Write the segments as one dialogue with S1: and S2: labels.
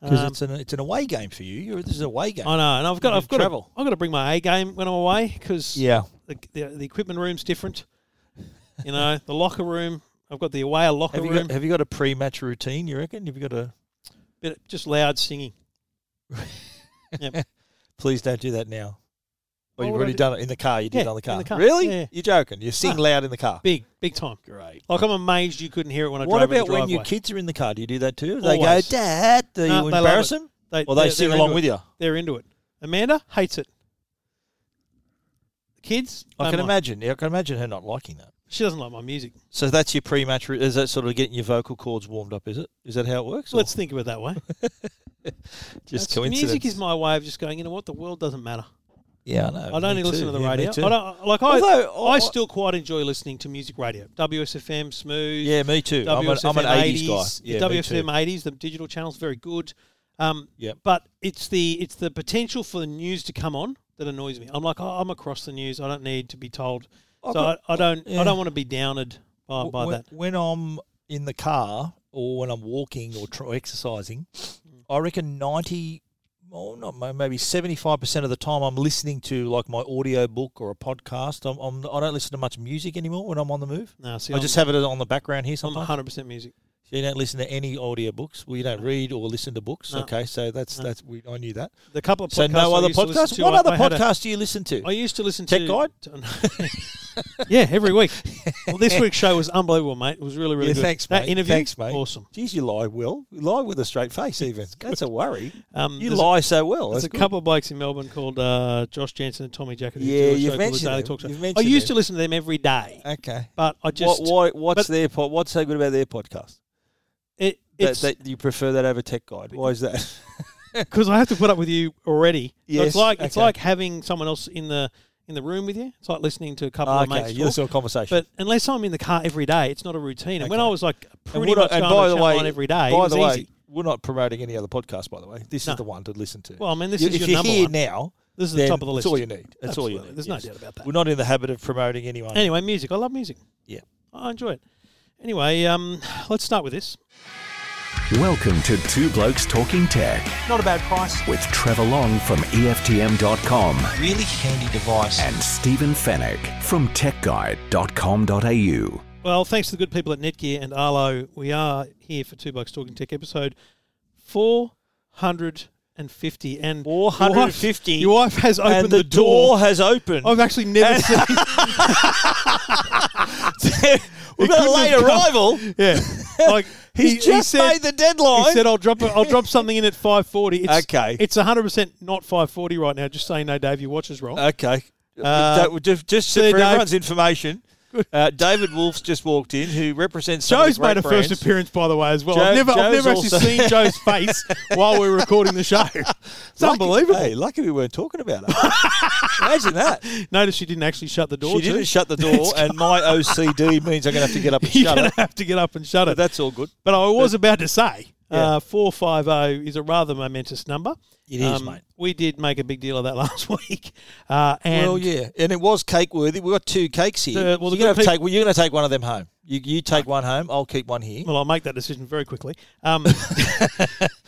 S1: because
S2: Um,
S1: it's an it's an away game for you. You're, this is a away game.
S2: I know, and I've got
S1: You
S2: I've got to,
S1: travel.
S2: I've got to bring my A game when I'm away because
S1: Yeah,
S2: the, the the equipment room's different. You know, the locker room. I've got the away locker
S1: have you
S2: room.
S1: got have you got a pre-match routine? You reckon? Have you got a?
S2: bit, just loud singing.
S1: Please don't do that now.
S2: Why
S1: Well, you've
S2: would I
S1: already
S2: do-
S1: done it in the car. You did
S2: Yeah,
S1: it on the
S2: in
S1: car.
S2: the car.
S1: Really?
S2: Yeah. Ah.
S1: You're joking. You sing
S2: No.
S1: loud in the car.
S2: Big, big time.
S1: Great.
S2: Like I'm amazed you couldn't hear it when I
S1: What
S2: drove in the
S1: about when your
S2: driveway.
S1: kids are in the car? Do you do that too? They go,
S2: Always.
S1: Dad.
S2: No,
S1: Do you
S2: they love
S1: embarrass
S2: it.
S1: them? Or they
S2: they're-
S1: sing
S2: they're
S1: along
S2: into
S1: with you?
S2: it. They're into it. Amanda hates it. Kids,
S1: I
S2: don't
S1: can
S2: mind.
S1: imagine. Yeah, I can imagine her not liking that.
S2: She doesn't like my music.
S1: So that's your pre-match. ru- Is that sort of getting your vocal cords warmed up? Is it? Is that how it works? or
S2: Let's think of it that way.
S1: just
S2: That's-
S1: coincidence.
S2: Music is my way of just going. You know what? The world doesn't matter.
S1: yeah, I know.
S2: I don't
S1: Uh, Me
S2: even listen to
S1: too.
S2: the
S1: Yeah, me
S2: radio.
S1: too.
S2: I don't like. I,
S1: Although, oh,
S2: I
S1: I-
S2: still quite enjoy listening to music radio. WSFM, Smooth.
S1: Yeah, me too. I'm an,
S2: WSFM
S1: I'm an 80s, guy.
S2: The
S1: Yeah, me too.
S2: WSFM 80s, the digital channel's very good. Um,
S1: Yep.
S2: But it's the it's the potential for the news to come on that annoys me. I'm like, oh, I'm across the news. I don't need to be told.
S1: I've
S2: so
S1: got-
S2: I, I don't
S1: yeah.
S2: I don't want to be downed by, by
S1: when,
S2: that.
S1: when I'm in the car or when I'm walking or tr- exercising, I reckon 90, well, not mo- maybe 75% of the time I'm listening to like my audio book or a podcast. I'm, I'm, I don't listen to much music anymore when I'm on the move.
S2: No, see,
S1: I
S2: I'm,
S1: just have it on the background here
S2: I'm
S1: sometimes.
S2: 100 percent music.
S1: So you don't listen to any audio books. Well, you don't read or listen to books.
S2: No.
S1: Okay, so that's
S2: No.
S1: that's we, I knew that.
S2: The couple of podcasts
S1: So no
S2: I
S1: other
S2: used to listen
S1: podcasts.
S2: to,
S1: What
S2: I-
S1: other
S2: I had a-
S1: podcast do you listen to?
S2: I used to listen
S1: Tech
S2: to
S1: Guide?
S2: to- yeah, every week. Well, this week's show was unbelievable, mate. It was really, really
S1: Yeah,
S2: good.
S1: thanks,
S2: that
S1: mate.
S2: interview,
S1: Thanks, mate.
S2: awesome.
S1: Geez, you lie well. You lie with a straight face, even. That's a worry.
S2: Um,
S1: You
S2: there's a-
S1: lie so well.
S2: There's a
S1: That's good.
S2: couple of blokes in Melbourne called uh, Josh Jansen and Tommy Jacket. who do a
S1: Yeah, you've
S2: show called The
S1: mentioned
S2: Daily
S1: them.
S2: Talk Show.
S1: You've
S2: I
S1: mentioned
S2: used
S1: them.
S2: to listen to them every day,
S1: Okay.
S2: but I just
S1: what, why, what's
S2: but-
S1: their po- What's so good about their podcast?
S2: it,
S1: That,
S2: it's
S1: that you prefer that over Tech Guide? Why is that?
S2: because I have to put up with you already. So
S1: Yes,
S2: it's like it's
S1: okay.
S2: like having someone else in the in the room with you. It's like listening to a couple of
S1: okay,
S2: mates
S1: you
S2: talk.
S1: listen to a conversation.
S2: But unless I'm in the car every day, it's not a routine. And when
S1: Okay.
S2: I was like pretty
S1: would
S2: much
S1: I-
S2: going to Channel Nine every day, it
S1: by
S2: was
S1: the way,
S2: easy.
S1: we're not promoting any other podcast. By the way, this
S2: No.
S1: is the one to listen to.
S2: Well, I mean, this
S1: You-
S2: is
S1: if
S2: your
S1: you're
S2: number
S1: here
S2: one.
S1: now,
S2: This is the
S1: then
S2: top of the list.
S1: That's all you need. That's all you
S2: Absolutely.
S1: need.
S2: There's no doubt about that.
S1: We're not in the habit of promoting anyone.
S2: Anyway, music. I love music.
S1: Yeah.
S2: I enjoy it. Anyway, um, let's start with this.
S3: Welcome to Two Blokes Talking Tech
S4: Not a bad price.
S3: with Trevor Long from E EFTM.com
S1: really handy device.
S3: and Stephen Fennec from TechGuide.com.au.
S2: Well, thanks to the good people at Netgear and Arlo, we are here for Two Bucks Talking Tech episode 450. And
S1: 450.
S2: Your wife, your wife has opened
S1: and the, door, has opened.
S2: I've actually never seen.
S1: We've
S2: It
S1: got a
S2: couldn't
S1: late
S2: have come-
S1: arrival.
S2: Yeah. Like,
S1: He's
S2: he, he
S1: just
S2: said,
S1: made the deadline.
S2: He said, "I'll drop. A, I'll drop something in at 5:40." It's,
S1: Okay.
S2: It's 100 percent not 5:40 right now. Just saying, no, Dave, your watch is wrong.
S1: Okay.
S2: "Oh, Uh,
S1: That would just just
S2: Sir
S1: for
S2: Dave-
S1: everyone's information, uh, David Wolf's just walked in, who represents. some of the
S2: Joe's
S1: great
S2: made a first
S1: brands.
S2: appearance, by the way, as well.
S1: Joe-
S2: I've never, I've
S1: Joe's
S2: never actually
S1: also-
S2: seen Joe's face while we were recording the show. It's
S1: Lucky-
S2: unbelievable.
S1: Hey, lucky we weren't talking about it. Imagine that.
S2: Notice she didn't actually shut the door.
S1: She
S2: too.
S1: didn't shut the door, and my OCD means I'm going to have to get up and
S2: You're
S1: shut
S2: going
S1: it.
S2: to have to get up and shut
S1: But
S2: it.
S1: that's all good.
S2: But I was about to say,
S1: Yeah.
S2: uh, 450 is a rather momentous number. Um,
S1: It is, mate.
S2: We did make a big deal of that last week. Uh, and
S1: Well, yeah, and it was cake worthy. We have got two cakes here.
S2: The- well, the
S1: you're going
S2: good
S1: to take. Well, you're going to take one of them home. You, you take one home. I'll keep one here.
S2: Well, I'll make that decision very quickly. Um,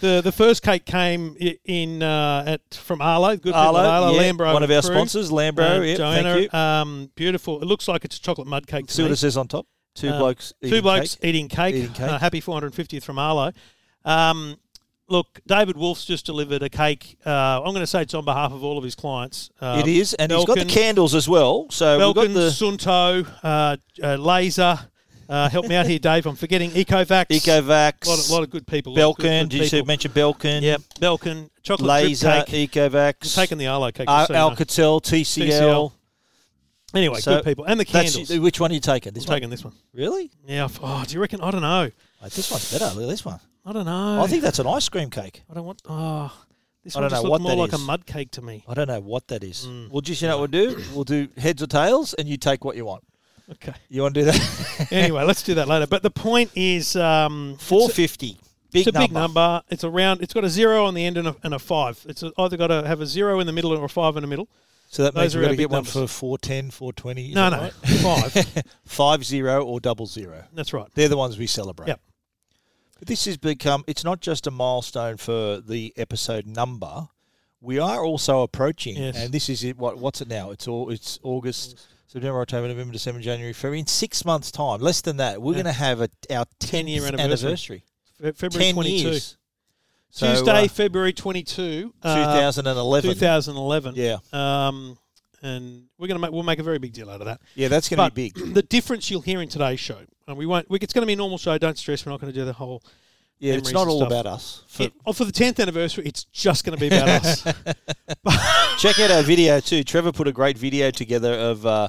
S2: the the first cake came i- in uh, at from Arlo, good people
S1: Arlo,
S2: at Arlo
S1: yeah,
S2: Lambro
S1: one of our
S2: crew.
S1: sponsors, Lambro.
S2: Uh,
S1: yeah,
S2: Joanna,
S1: thank you.
S2: Um, beautiful. It looks like it's a chocolate mud cake. To
S1: See what
S2: me.
S1: it says on top. Two
S2: Um,
S1: blokes.
S2: Two
S1: eating
S2: blokes
S1: cake.
S2: eating cake.
S1: Eating cake.
S2: Uh, happy 450th from Arlo. Um, look, David Wolf's just delivered a cake. Uh, I'm going to say it's on behalf of all of his clients. Um,
S1: It is, and he's got
S2: Belkin-
S1: the candles as well. So
S2: Belkin,
S1: we've got the
S2: Sunto, uh, uh, Laser. Uh, help me out here, Dave. I'm forgetting Ecovax.
S1: Ecovax,
S2: A lot, of- lot of good people. lot of good-
S1: Belkin.
S2: good
S1: Did you see,
S2: people.
S1: mention Belkin?
S2: Yeah, Belkin, chocolate
S1: Laser,
S2: drip cake.
S1: Ecovax,
S2: He's taken the Arlo cake.
S1: Al-
S2: just so you know.
S1: Alcatel, TCL.
S2: Anyway,
S1: So
S2: good people. And the
S1: That's-
S2: candles.
S1: which one are you taking?
S2: I'm
S1: This one.
S2: taking this one.
S1: Really?
S2: Yeah. f- Oh, do you reckon? I don't know.
S1: Oh, this one's better. Look at this one.
S2: I don't know.
S1: I think that's an ice cream cake.
S2: I don't want. Oh, this
S1: I
S2: one
S1: don't
S2: just
S1: know
S2: looked
S1: what
S2: more
S1: that
S2: like
S1: is.
S2: a mud cake to me.
S1: I don't know what that is.
S2: Mm.
S1: Well, just you know what we'll do? We'll do heads or tails, and you take what you want.
S2: Okay.
S1: You want to do that?
S2: anyway, let's do that later. But the point is, um, it's a-
S1: Four fifty. Big
S2: It's a big number. It's around. It's got a zero on the end and a, and a five. It's either got to have a zero in the middle or a five in the middle.
S1: So that
S2: Those
S1: means
S2: are
S1: we've got
S2: our
S1: to
S2: big
S1: get one
S2: numbers.
S1: for 410, 420. is
S2: No,
S1: that
S2: no,
S1: right?
S2: five.
S1: Five zero or double zero.
S2: That's right.
S1: They're the ones we celebrate.
S2: Yep.
S1: But this has become, it's not just a milestone for the episode number. We are also approaching,
S2: Yes.
S1: and this is it. What, what's it now? It's all. It's August, September, October, November, December, January, February. In six months' time, less than that, we're
S2: Yeah.
S1: going to have a, our 10
S2: 10-year
S1: year
S2: anniversary.
S1: anniversary.
S2: Fe- February
S1: 10
S2: 22.
S1: years. So,
S2: Tuesday,
S1: uh,
S2: February 22, uh,
S1: 2011.
S2: 2011.
S1: yeah,
S2: Um, and we're going to make, we'll make a very big deal out of that.
S1: yeah, that's going to
S2: But
S1: be big.
S2: the difference you'll hear in today's show, and we won't. We, it's going to be a normal show. Don't stress. We're not going to do the whole.
S1: Yeah,
S2: memories
S1: it's not
S2: and
S1: all
S2: stuff.
S1: about us. For-
S2: It- oh, for the tenth anniversary, it's just going to be about us.
S1: Check out our video too. Trevor put a great video together of uh,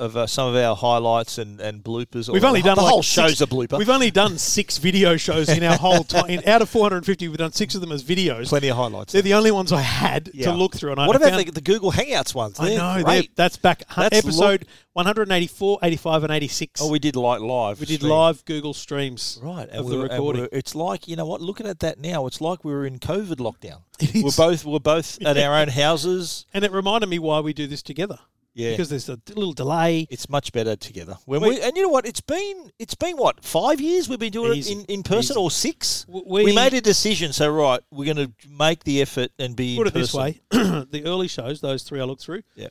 S1: of uh, some of our highlights and, and bloopers.
S2: We've
S1: Or
S2: only
S1: the,
S2: done
S1: the
S2: like
S1: whole
S2: six-
S1: show's a blooper.
S2: We've only done six video shows in our whole time. Out of 450, we've done six of them as videos.
S1: plenty of highlights.
S2: They're the only ones I had
S1: Yeah.
S2: to look through. And I
S1: What
S2: I
S1: about
S2: found,
S1: the, the Google Hangouts ones?
S2: I
S1: They're
S2: know they're-
S1: great.
S2: that's back hun-
S1: That's
S2: episode 184, 85, and 86.
S1: oh, we did like live.
S2: we did
S1: stream.
S2: live Google streams
S1: right and
S2: of the
S1: we're- and
S2: recording.
S1: we're- It's like you know what? Looking at that now, it's like we were in COVID lockdown.
S2: It
S1: We're
S2: is.
S1: both we're both at our own houses.
S2: And it reminded me why we do this together.
S1: Yeah.
S2: Because there's a little delay.
S1: it's much better together. When
S2: We-
S1: we, and you know what? It's been it's been what five years we've been doing
S2: Easy.
S1: it in, in person
S2: Easy.
S1: or six.
S2: W-
S1: We,
S2: we-
S1: made a decision. So right, we're going to make the effort and be
S2: Put
S1: in
S2: it this
S1: person.
S2: way the early shows, those three I looked through,
S1: Yeah,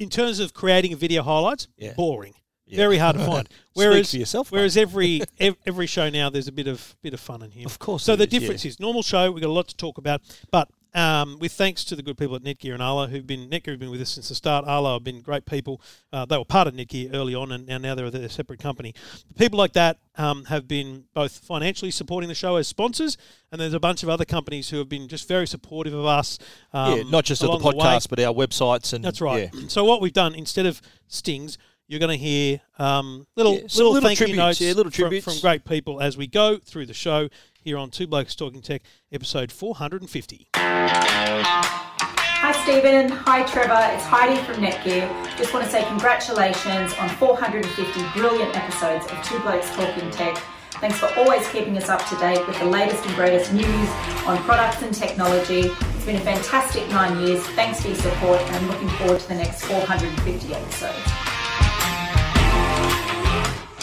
S2: in terms of creating video highlights,
S1: Yeah.
S2: boring.
S1: Yeah.
S2: Very hard to find. Whereas
S1: for yourself, mate.
S2: Whereas every ev- every show now, there's a bit of bit of fun in here.
S1: Of course
S2: So the
S1: there is, yeah.
S2: difference is normal show we've got a lot to talk about, but um, with thanks to the good people at Netgear and Arlo who've been Netgear have been with us since the start. Arlo have been great people. Uh, they were part of Netgear early on, and now, now they're a separate company. People like that um, have been both financially supporting the show as sponsors, and there's a bunch of other companies who have been just very supportive of us. Um,
S1: yeah, not just at the
S2: along way.
S1: podcast, but our websites and
S2: That's right.
S1: Yeah.
S2: So what we've done instead of stings, you're going to hear um, little
S1: Yeah, some
S2: little,
S1: little
S2: thank you
S1: tributes,
S2: notes,
S1: yeah, little
S2: from-
S1: tributes.
S2: From, great people as we go through the show here on Two Blokes Talking Tech, episode 450.
S4: Hi Stephen, hi Trevor, it's Heidi from Netgear. Just want to say congratulations on 450 brilliant episodes of Two Blokes Talking Tech. Thanks for always keeping us up to date with the latest and greatest news on products and technology. It's been a fantastic nine years. Thanks for your support and I'm looking forward to the next 450 episodes.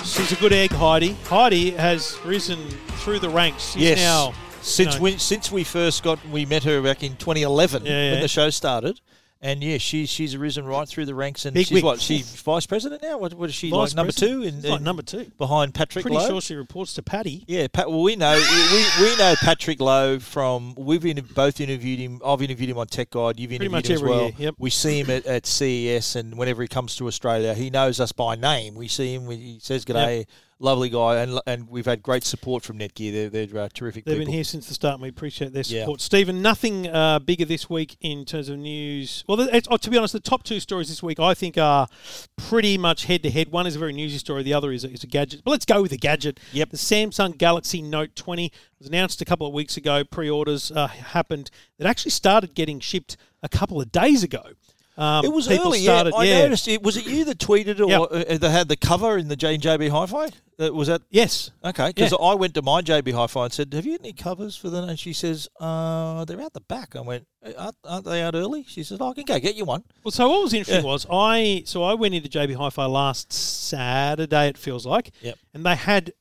S2: She's a good egg, Heidi. Heidi has risen through the ranks. She's
S1: Yes.
S2: now
S1: since
S2: you know,
S1: we since we first got we met her back in 2011
S2: Yeah, yeah.
S1: when the show started. And yeah, she's she's risen right through the ranks, and
S2: Big
S1: she's
S2: wig.
S1: what she's vice president now. What, what is she
S2: vice
S1: like number
S2: president.
S1: two? In,
S2: She's like
S1: in-
S2: number two.
S1: behind Patrick
S2: Pretty
S1: Lowe?
S2: sure she reports to Patty.
S1: Yeah, Pat, well, we know we, we know Patrick Lowe from we've in, both interviewed him. I've interviewed him on Tech Guide. You've interviewed
S2: much
S1: him as
S2: every
S1: well.
S2: year, yep.
S1: We see him at, at CES, and whenever he comes to Australia, he knows us by name. We see him. We, he says, "G'day, lovely guy," and and we've had great support from Netgear. They're they're uh, terrific
S2: They've
S1: people.
S2: been here since the start, and we appreciate their
S1: Yeah.
S2: support. Stephen, nothing uh, bigger this week in terms of news. Well, the, it's, oh, to be honest, the top two stories this week I think are pretty much head to head. One is a very newsy story, the other is a, is a gadget. But let's go with the gadget.
S1: Yep.
S2: The Samsung Galaxy Note 20 was announced a couple of weeks ago. Pre orders uh, happened. It actually started getting shipped a couple of days ago. Um,
S1: It was
S2: people
S1: early.
S2: Started,
S1: yeah, I noticed. It was it you that tweeted or uh, that had the cover in the J and JB Hi-Fi? That was that.
S2: Yes.
S1: Okay, because
S2: Yeah.
S1: I went to my JB Hi-Fi and said, "Have you any covers for the?" And she says, "Uh, they're out the back." I went, "Eh, "Aren't, aren't they out early?" She says, "Oh, "I can go get you one."
S2: Well, so what was interesting
S1: Yeah.
S2: was I so I went into JB Hi-Fi last Saturday. It feels like,
S1: Yep.
S2: and they had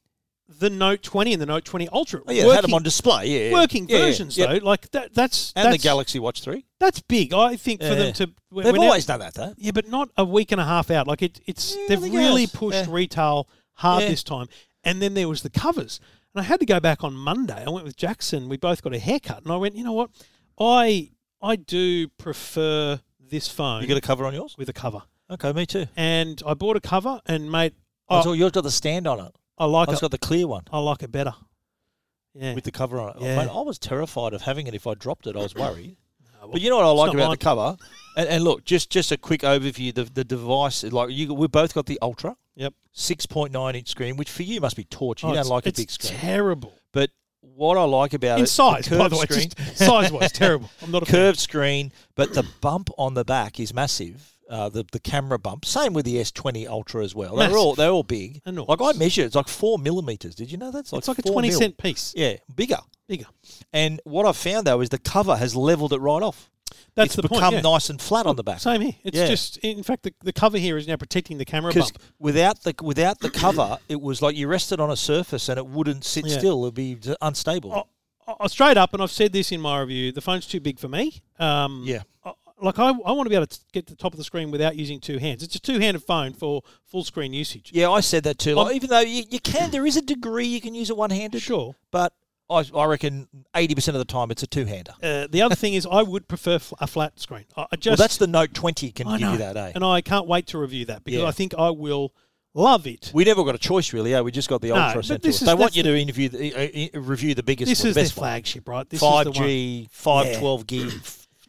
S2: the Note 20 and the Note 20 Ultra.
S1: Oh, yeah,
S2: working,
S1: they had them on display. Yeah, yeah.
S2: working
S1: Yeah, yeah,
S2: versions
S1: yeah.
S2: though. Like that, that's
S1: and the
S2: that's,
S1: Galaxy Watch Three.
S2: That's big. I think for
S1: Yeah,
S2: them
S1: yeah.
S2: to when-
S1: They've
S2: whenever-
S1: always done that though.
S2: yeah, but not a week and a half out. Like it, it's
S1: Yeah, I
S2: they've
S1: think it
S2: really
S1: has.
S2: pushed
S1: Yeah.
S2: retail hard
S1: Yeah.
S2: this time. And then there was the covers, and I had to go back on Monday. I went with Jackson. We both got a haircut, and I went, you know what, I I do prefer this phone
S1: You got a cover on yours?
S2: with a cover
S1: Okay, me too.
S2: and I bought a cover and mate,
S1: Oh.
S2: I,
S1: So yours got the stand on it.
S2: I like
S1: I've
S2: it.
S1: got the clear one
S2: I like it better. Yeah,
S1: with the cover on it. Oh,
S2: Yeah.
S1: mate, I was terrified of having it if I dropped it. I was worried. But you know what I like
S2: not
S1: about
S2: mine.
S1: the cover, and, and look, just just a quick overview. The the device, like you, we both got the Ultra
S2: yep.
S1: six point nine inch screen, which for you must be torture.
S2: Oh,
S1: You
S2: it's-
S1: don't like a
S2: it's
S1: big screen,
S2: Terrible
S1: but what I like about
S2: in
S1: it the
S2: size, by
S1: curved
S2: the way.
S1: screen-
S2: Just size wise, terrible. I'm not a fan.
S1: curved screen, but the bump on the back is massive. Uh, the the camera bump, same with the S20 Ultra as well. They're all
S2: Massive.
S1: they're all big.
S2: Enormous.
S1: Like I measured, it's like four millimeters. Did you know that? It's like,
S2: It's like a
S1: four
S2: twenty
S1: mil.
S2: cent piece.
S1: Yeah, bigger.
S2: Bigger.
S1: And what I found though is the cover has leveled it right off.
S2: That's
S1: it's
S2: the point,
S1: become
S2: yeah.
S1: nice and flat on the back.
S2: Same here. It's
S1: Yeah.
S2: just, in fact, the, the cover here is now protecting the camera
S1: Because
S2: bump.
S1: without the without the cover, it was like you rested on a surface and it wouldn't sit
S2: Yeah. Oh,
S1: still. It'd be d- unstable.
S2: I- I- I- straight up, and I've said this in my review, the phone's too big for me. Um,
S1: Yeah.
S2: I- Like I, I want to be able to get to the top of the screen without using two hands. It's a two-handed phone for full screen usage.
S1: Yeah, I said that too. Like,
S2: I'm-
S1: even though you, you can, there is a degree you can use it one handed.
S2: Um, Sure.
S1: But I, I reckon eighty percent of the time it's a two hander.
S2: Uh, the other thing is, I would prefer fl- a flat screen. I, I
S1: Well,
S2: just
S1: that's the Note twenty can
S2: I
S1: give
S2: know.
S1: you that, eh?
S2: and I can't wait to review that because
S1: Yeah.
S2: I think I will love it.
S1: We never got a choice, really. Yeah, we just got the
S2: No,
S1: ultra
S2: but
S1: sent to
S2: this
S1: us.
S2: is-
S1: They want
S2: that's
S1: you to interview, the, uh, uh, review the biggest,
S2: This
S1: one,
S2: is their
S1: best one.
S2: flagship, right? This is
S1: five
S2: the one.
S1: G, five
S2: Yeah.
S1: twelve gig,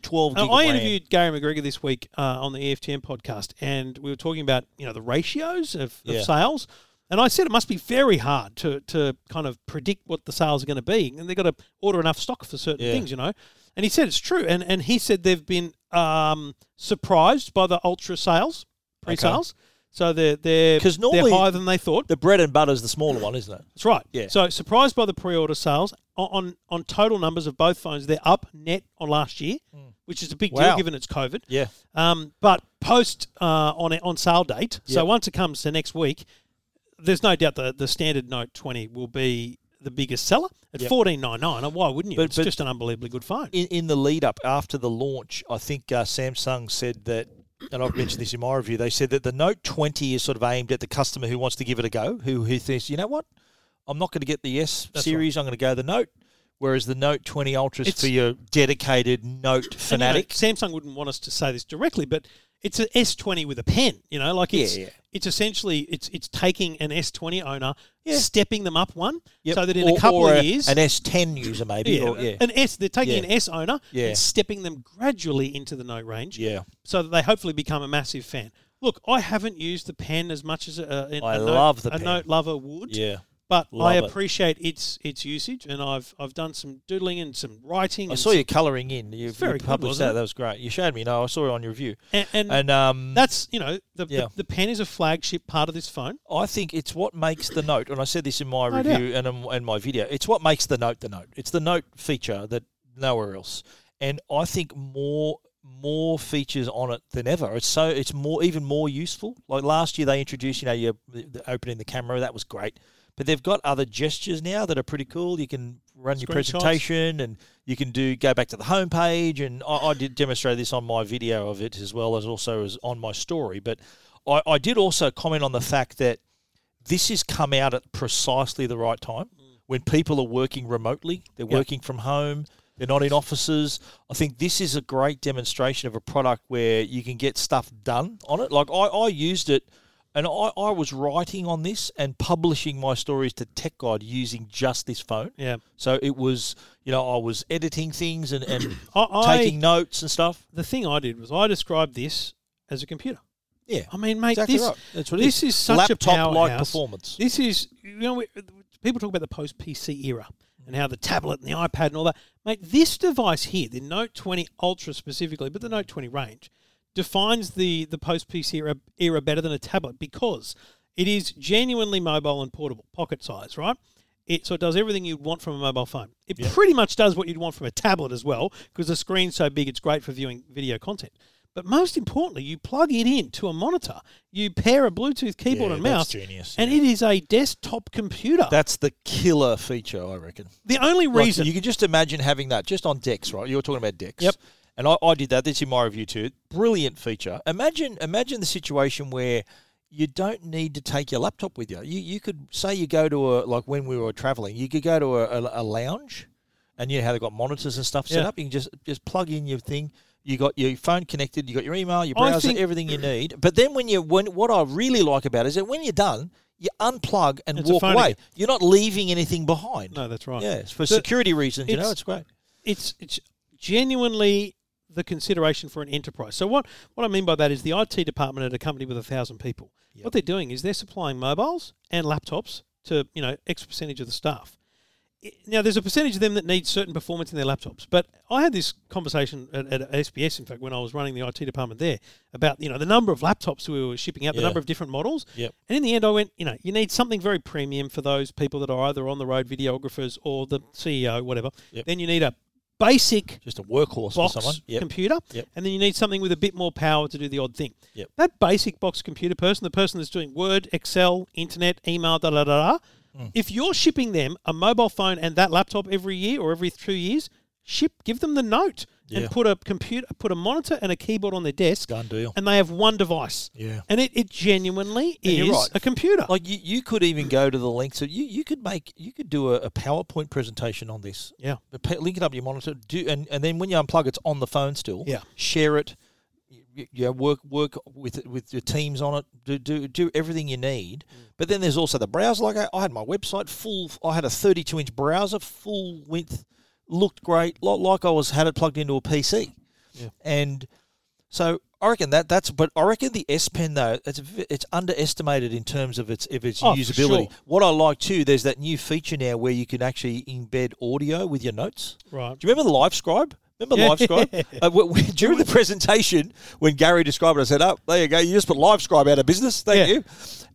S1: twelve gig.
S2: Uh, I
S1: of RAM.
S2: interviewed Gary McGregor this week uh, on the EFTM podcast, and we were talking about you know the ratios of,
S1: Yeah.
S2: of sales. And I said it must be very hard to, to kind of predict what the sales are going to be, and they've got to order enough stock for certain
S1: Yeah.
S2: things, you know. And he said it's true, and and he said they've been um, surprised by the ultra sales pre-sales, so they're they're
S1: 'Cause normally-
S2: they're higher than they thought.
S1: the bread and butter's the smaller one, isn't it?
S2: That's right.
S1: Yeah.
S2: So surprised by the pre-order sales on on, on total numbers of both phones, they're up net on last year, which is a big
S1: Hmm. Wow.
S2: deal given it's COVID.
S1: Yeah.
S2: Um, but post uh, on on sale date,
S1: Yeah.
S2: so once it comes to next week, there's no doubt the the standard Note 20 will be the biggest seller at
S1: Yep.
S2: 14.99. And Why wouldn't you?
S1: But-
S2: it's
S1: but-
S2: just an unbelievably good phone.
S1: in, in the lead up after the launch, I think uh, Samsung said that, and I've mentioned this in my review. They said that the Note 20 is sort of aimed at the customer who wants to give it a go, who who thinks, you know what, I'm not going to get the S
S2: That's
S1: series, I'm going to go the Note. Whereas the Note 20 Ultra is
S2: It's-
S1: for your dedicated Note
S2: And, you know,
S1: fanatic.
S2: Samsung wouldn't want us to say this directly, but it's an S20 with a pen. You know, like it's
S1: Yeah, yeah.
S2: it's essentially it's it's taking an S20 owner,
S1: Yeah.
S2: stepping them up one,
S1: Yep.
S2: so that in
S1: Or-
S2: a couple
S1: or
S2: of
S1: a-
S2: years,
S1: an S10 user maybe.
S2: yeah,
S1: or- yeah.
S2: an S, they're taking
S1: Yeah.
S2: an S owner
S1: Yeah.
S2: and stepping them gradually into the Note range.
S1: yeah.
S2: so that they hopefully become a massive fan. Look, I haven't used the pen as much as a, a,
S1: I
S2: a
S1: love
S2: note,
S1: the
S2: a
S1: pen.
S2: note lover would,
S1: Yeah.
S2: but I
S1: Love it.
S2: appreciate its its usage, and I've I've done some doodling and some writing.
S1: I
S2: and
S1: saw
S2: some-
S1: you colouring in. You, you
S2: very good,
S1: published
S2: wasn't
S1: that.
S2: it?
S1: That was great. You showed me. No, I saw it on your review.
S2: and, and
S1: And um,
S2: that's you know the,
S1: Yeah.
S2: the the pen is a flagship part of this phone.
S1: I think it's what makes the note, and I said this in my
S2: No
S1: review and in, and my video. It's what makes the note the note. It's the note feature that nowhere else. And I think more more features on it than ever. It's so it's more even more useful. Like last year they introduced, you know, you the, the opening the camera that was great, but they've got other gestures now that are pretty cool. You can run your
S2: Screenshots.
S1: presentation and you can do go back to the homepage. And I, I did demonstrate this on my video of it as well as also as on my story. But I, I did also comment on the fact that this has come out at precisely the right time when people are working remotely, they're working from home, they're not in offices. I think this is a great demonstration of a product where you can get stuff done on it. Like I, I used it and I, I was writing on this and publishing my stories to Tech Guide using just this phone.
S2: Yeah,
S1: So it was, you know, I was editing things and, and
S2: I, I
S1: taking notes and stuff.
S2: the thing I did was I described this as a computer.
S1: Yeah.
S2: I mean, mate,
S1: Exactly
S2: this
S1: right. That's what it
S2: this
S1: is.
S2: is such a
S1: Laptop-like
S2: powerhouse.
S1: performance.
S2: This is you know we, people talk about the post PC era and how the tablet and the iPad and all that. Mate, this device here, the Note 20 Ultra specifically, but the Note 20 range, defines the the post PC era, era better than a tablet because it is genuinely mobile and portable, pocket size, right? It, so it does everything you'd want from a mobile phone. It pretty much does what you'd want from a tablet as well, because the screen's so big, it's great for viewing video content. But most importantly, you plug it in to a monitor. You pair a Bluetooth keyboard
S1: Yeah,
S2: and
S1: that's
S2: mouse,
S1: genius,
S2: and
S1: yeah.
S2: it is a desktop computer.
S1: That's the killer feature, I reckon.
S2: the only
S1: Like,
S2: reason
S1: you can just imagine having that just on decks, right? You were talking about decks.
S2: Yep.
S1: And I, I did that. That's in my review too. Brilliant feature. Imagine imagine the situation where you don't need to take your laptop with you. You you could say you go to a like when we were traveling, you could go to a, a, a lounge, and you know how they have got monitors and stuff set
S2: Yeah.
S1: up. You can just just plug in your thing. You got your phone connected. You got your email, your
S2: I
S1: browser,
S2: think-
S1: everything you need. But then when you when what I really like about it is that when you're done, you unplug and
S2: It's a
S1: walk
S2: phone
S1: away.
S2: again.
S1: You're not leaving anything behind.
S2: no, that's right.
S1: Yeah, it's for
S2: The-
S1: security reasons, you know,
S2: it's-
S1: it's great.
S2: it's it's genuinely the consideration for an enterprise. So what what I mean by that is the IT department at a company with a thousand people. What they're doing is they're supplying mobiles and laptops to you know X percentage of the staff. I- Now there's a percentage of them that need certain performance in their laptops, but I had this conversation at, at SBS, in fact, when I was running the IT department there about you know the number of laptops we were shipping out, the
S1: Yeah.
S2: number of different models,
S1: Yep.
S2: and in the end, I went, you know, you need something very premium for those people that are either on the road videographers or the CEO, E whatever.
S1: Yep.
S2: Then you need a basic
S1: Just a workhorse
S2: box
S1: for someone. Yep.
S2: computer,
S1: Yep.
S2: and then you need something with a bit more power to do the odd thing.
S1: Yep.
S2: That basic box computer person, the person that's doing Word, Excel, Internet, email, da da da da,
S1: Mm.
S2: if you're shipping them a mobile phone and that laptop every year or every two years, ship give them the note
S1: Yeah.
S2: and put a computer, put a monitor and a keyboard on their desk,
S1: Done deal.
S2: and they have one device.
S1: Yeah.
S2: and it, it genuinely
S1: And
S2: is
S1: you're right.
S2: a computer.
S1: Like you, you could even go to the link. So you, you could make you could do a, a PowerPoint presentation on this.
S2: yeah,
S1: But pa- Link it up to your monitor. Do and, and then when you unplug, it's on the phone still.
S2: Yeah.
S1: Share it. You, you know, work work with it, with your teams on it. Do do do everything you need.
S2: Mm.
S1: But then there's also the browser. Like I, I had my website full. I had a 32 inch browser, full width, looked great. Lot like I was had it plugged into a PC.
S2: Yeah.
S1: And so I reckon that that's, but I reckon the S Pen though it's v- it's underestimated in terms of its of its
S2: Oh, for
S1: usability.
S2: sure.
S1: What I like too, there's that new feature now where you can actually embed audio with your notes.
S2: right.
S1: Do you remember LiveScribe? Remember
S2: Yeah.
S1: LiveScribe? Uh, w- w- during the presentation, when Gary described it, I said, "Oh, there you go. You just put LiveScribe out of business. Thank
S2: Yeah.
S1: you."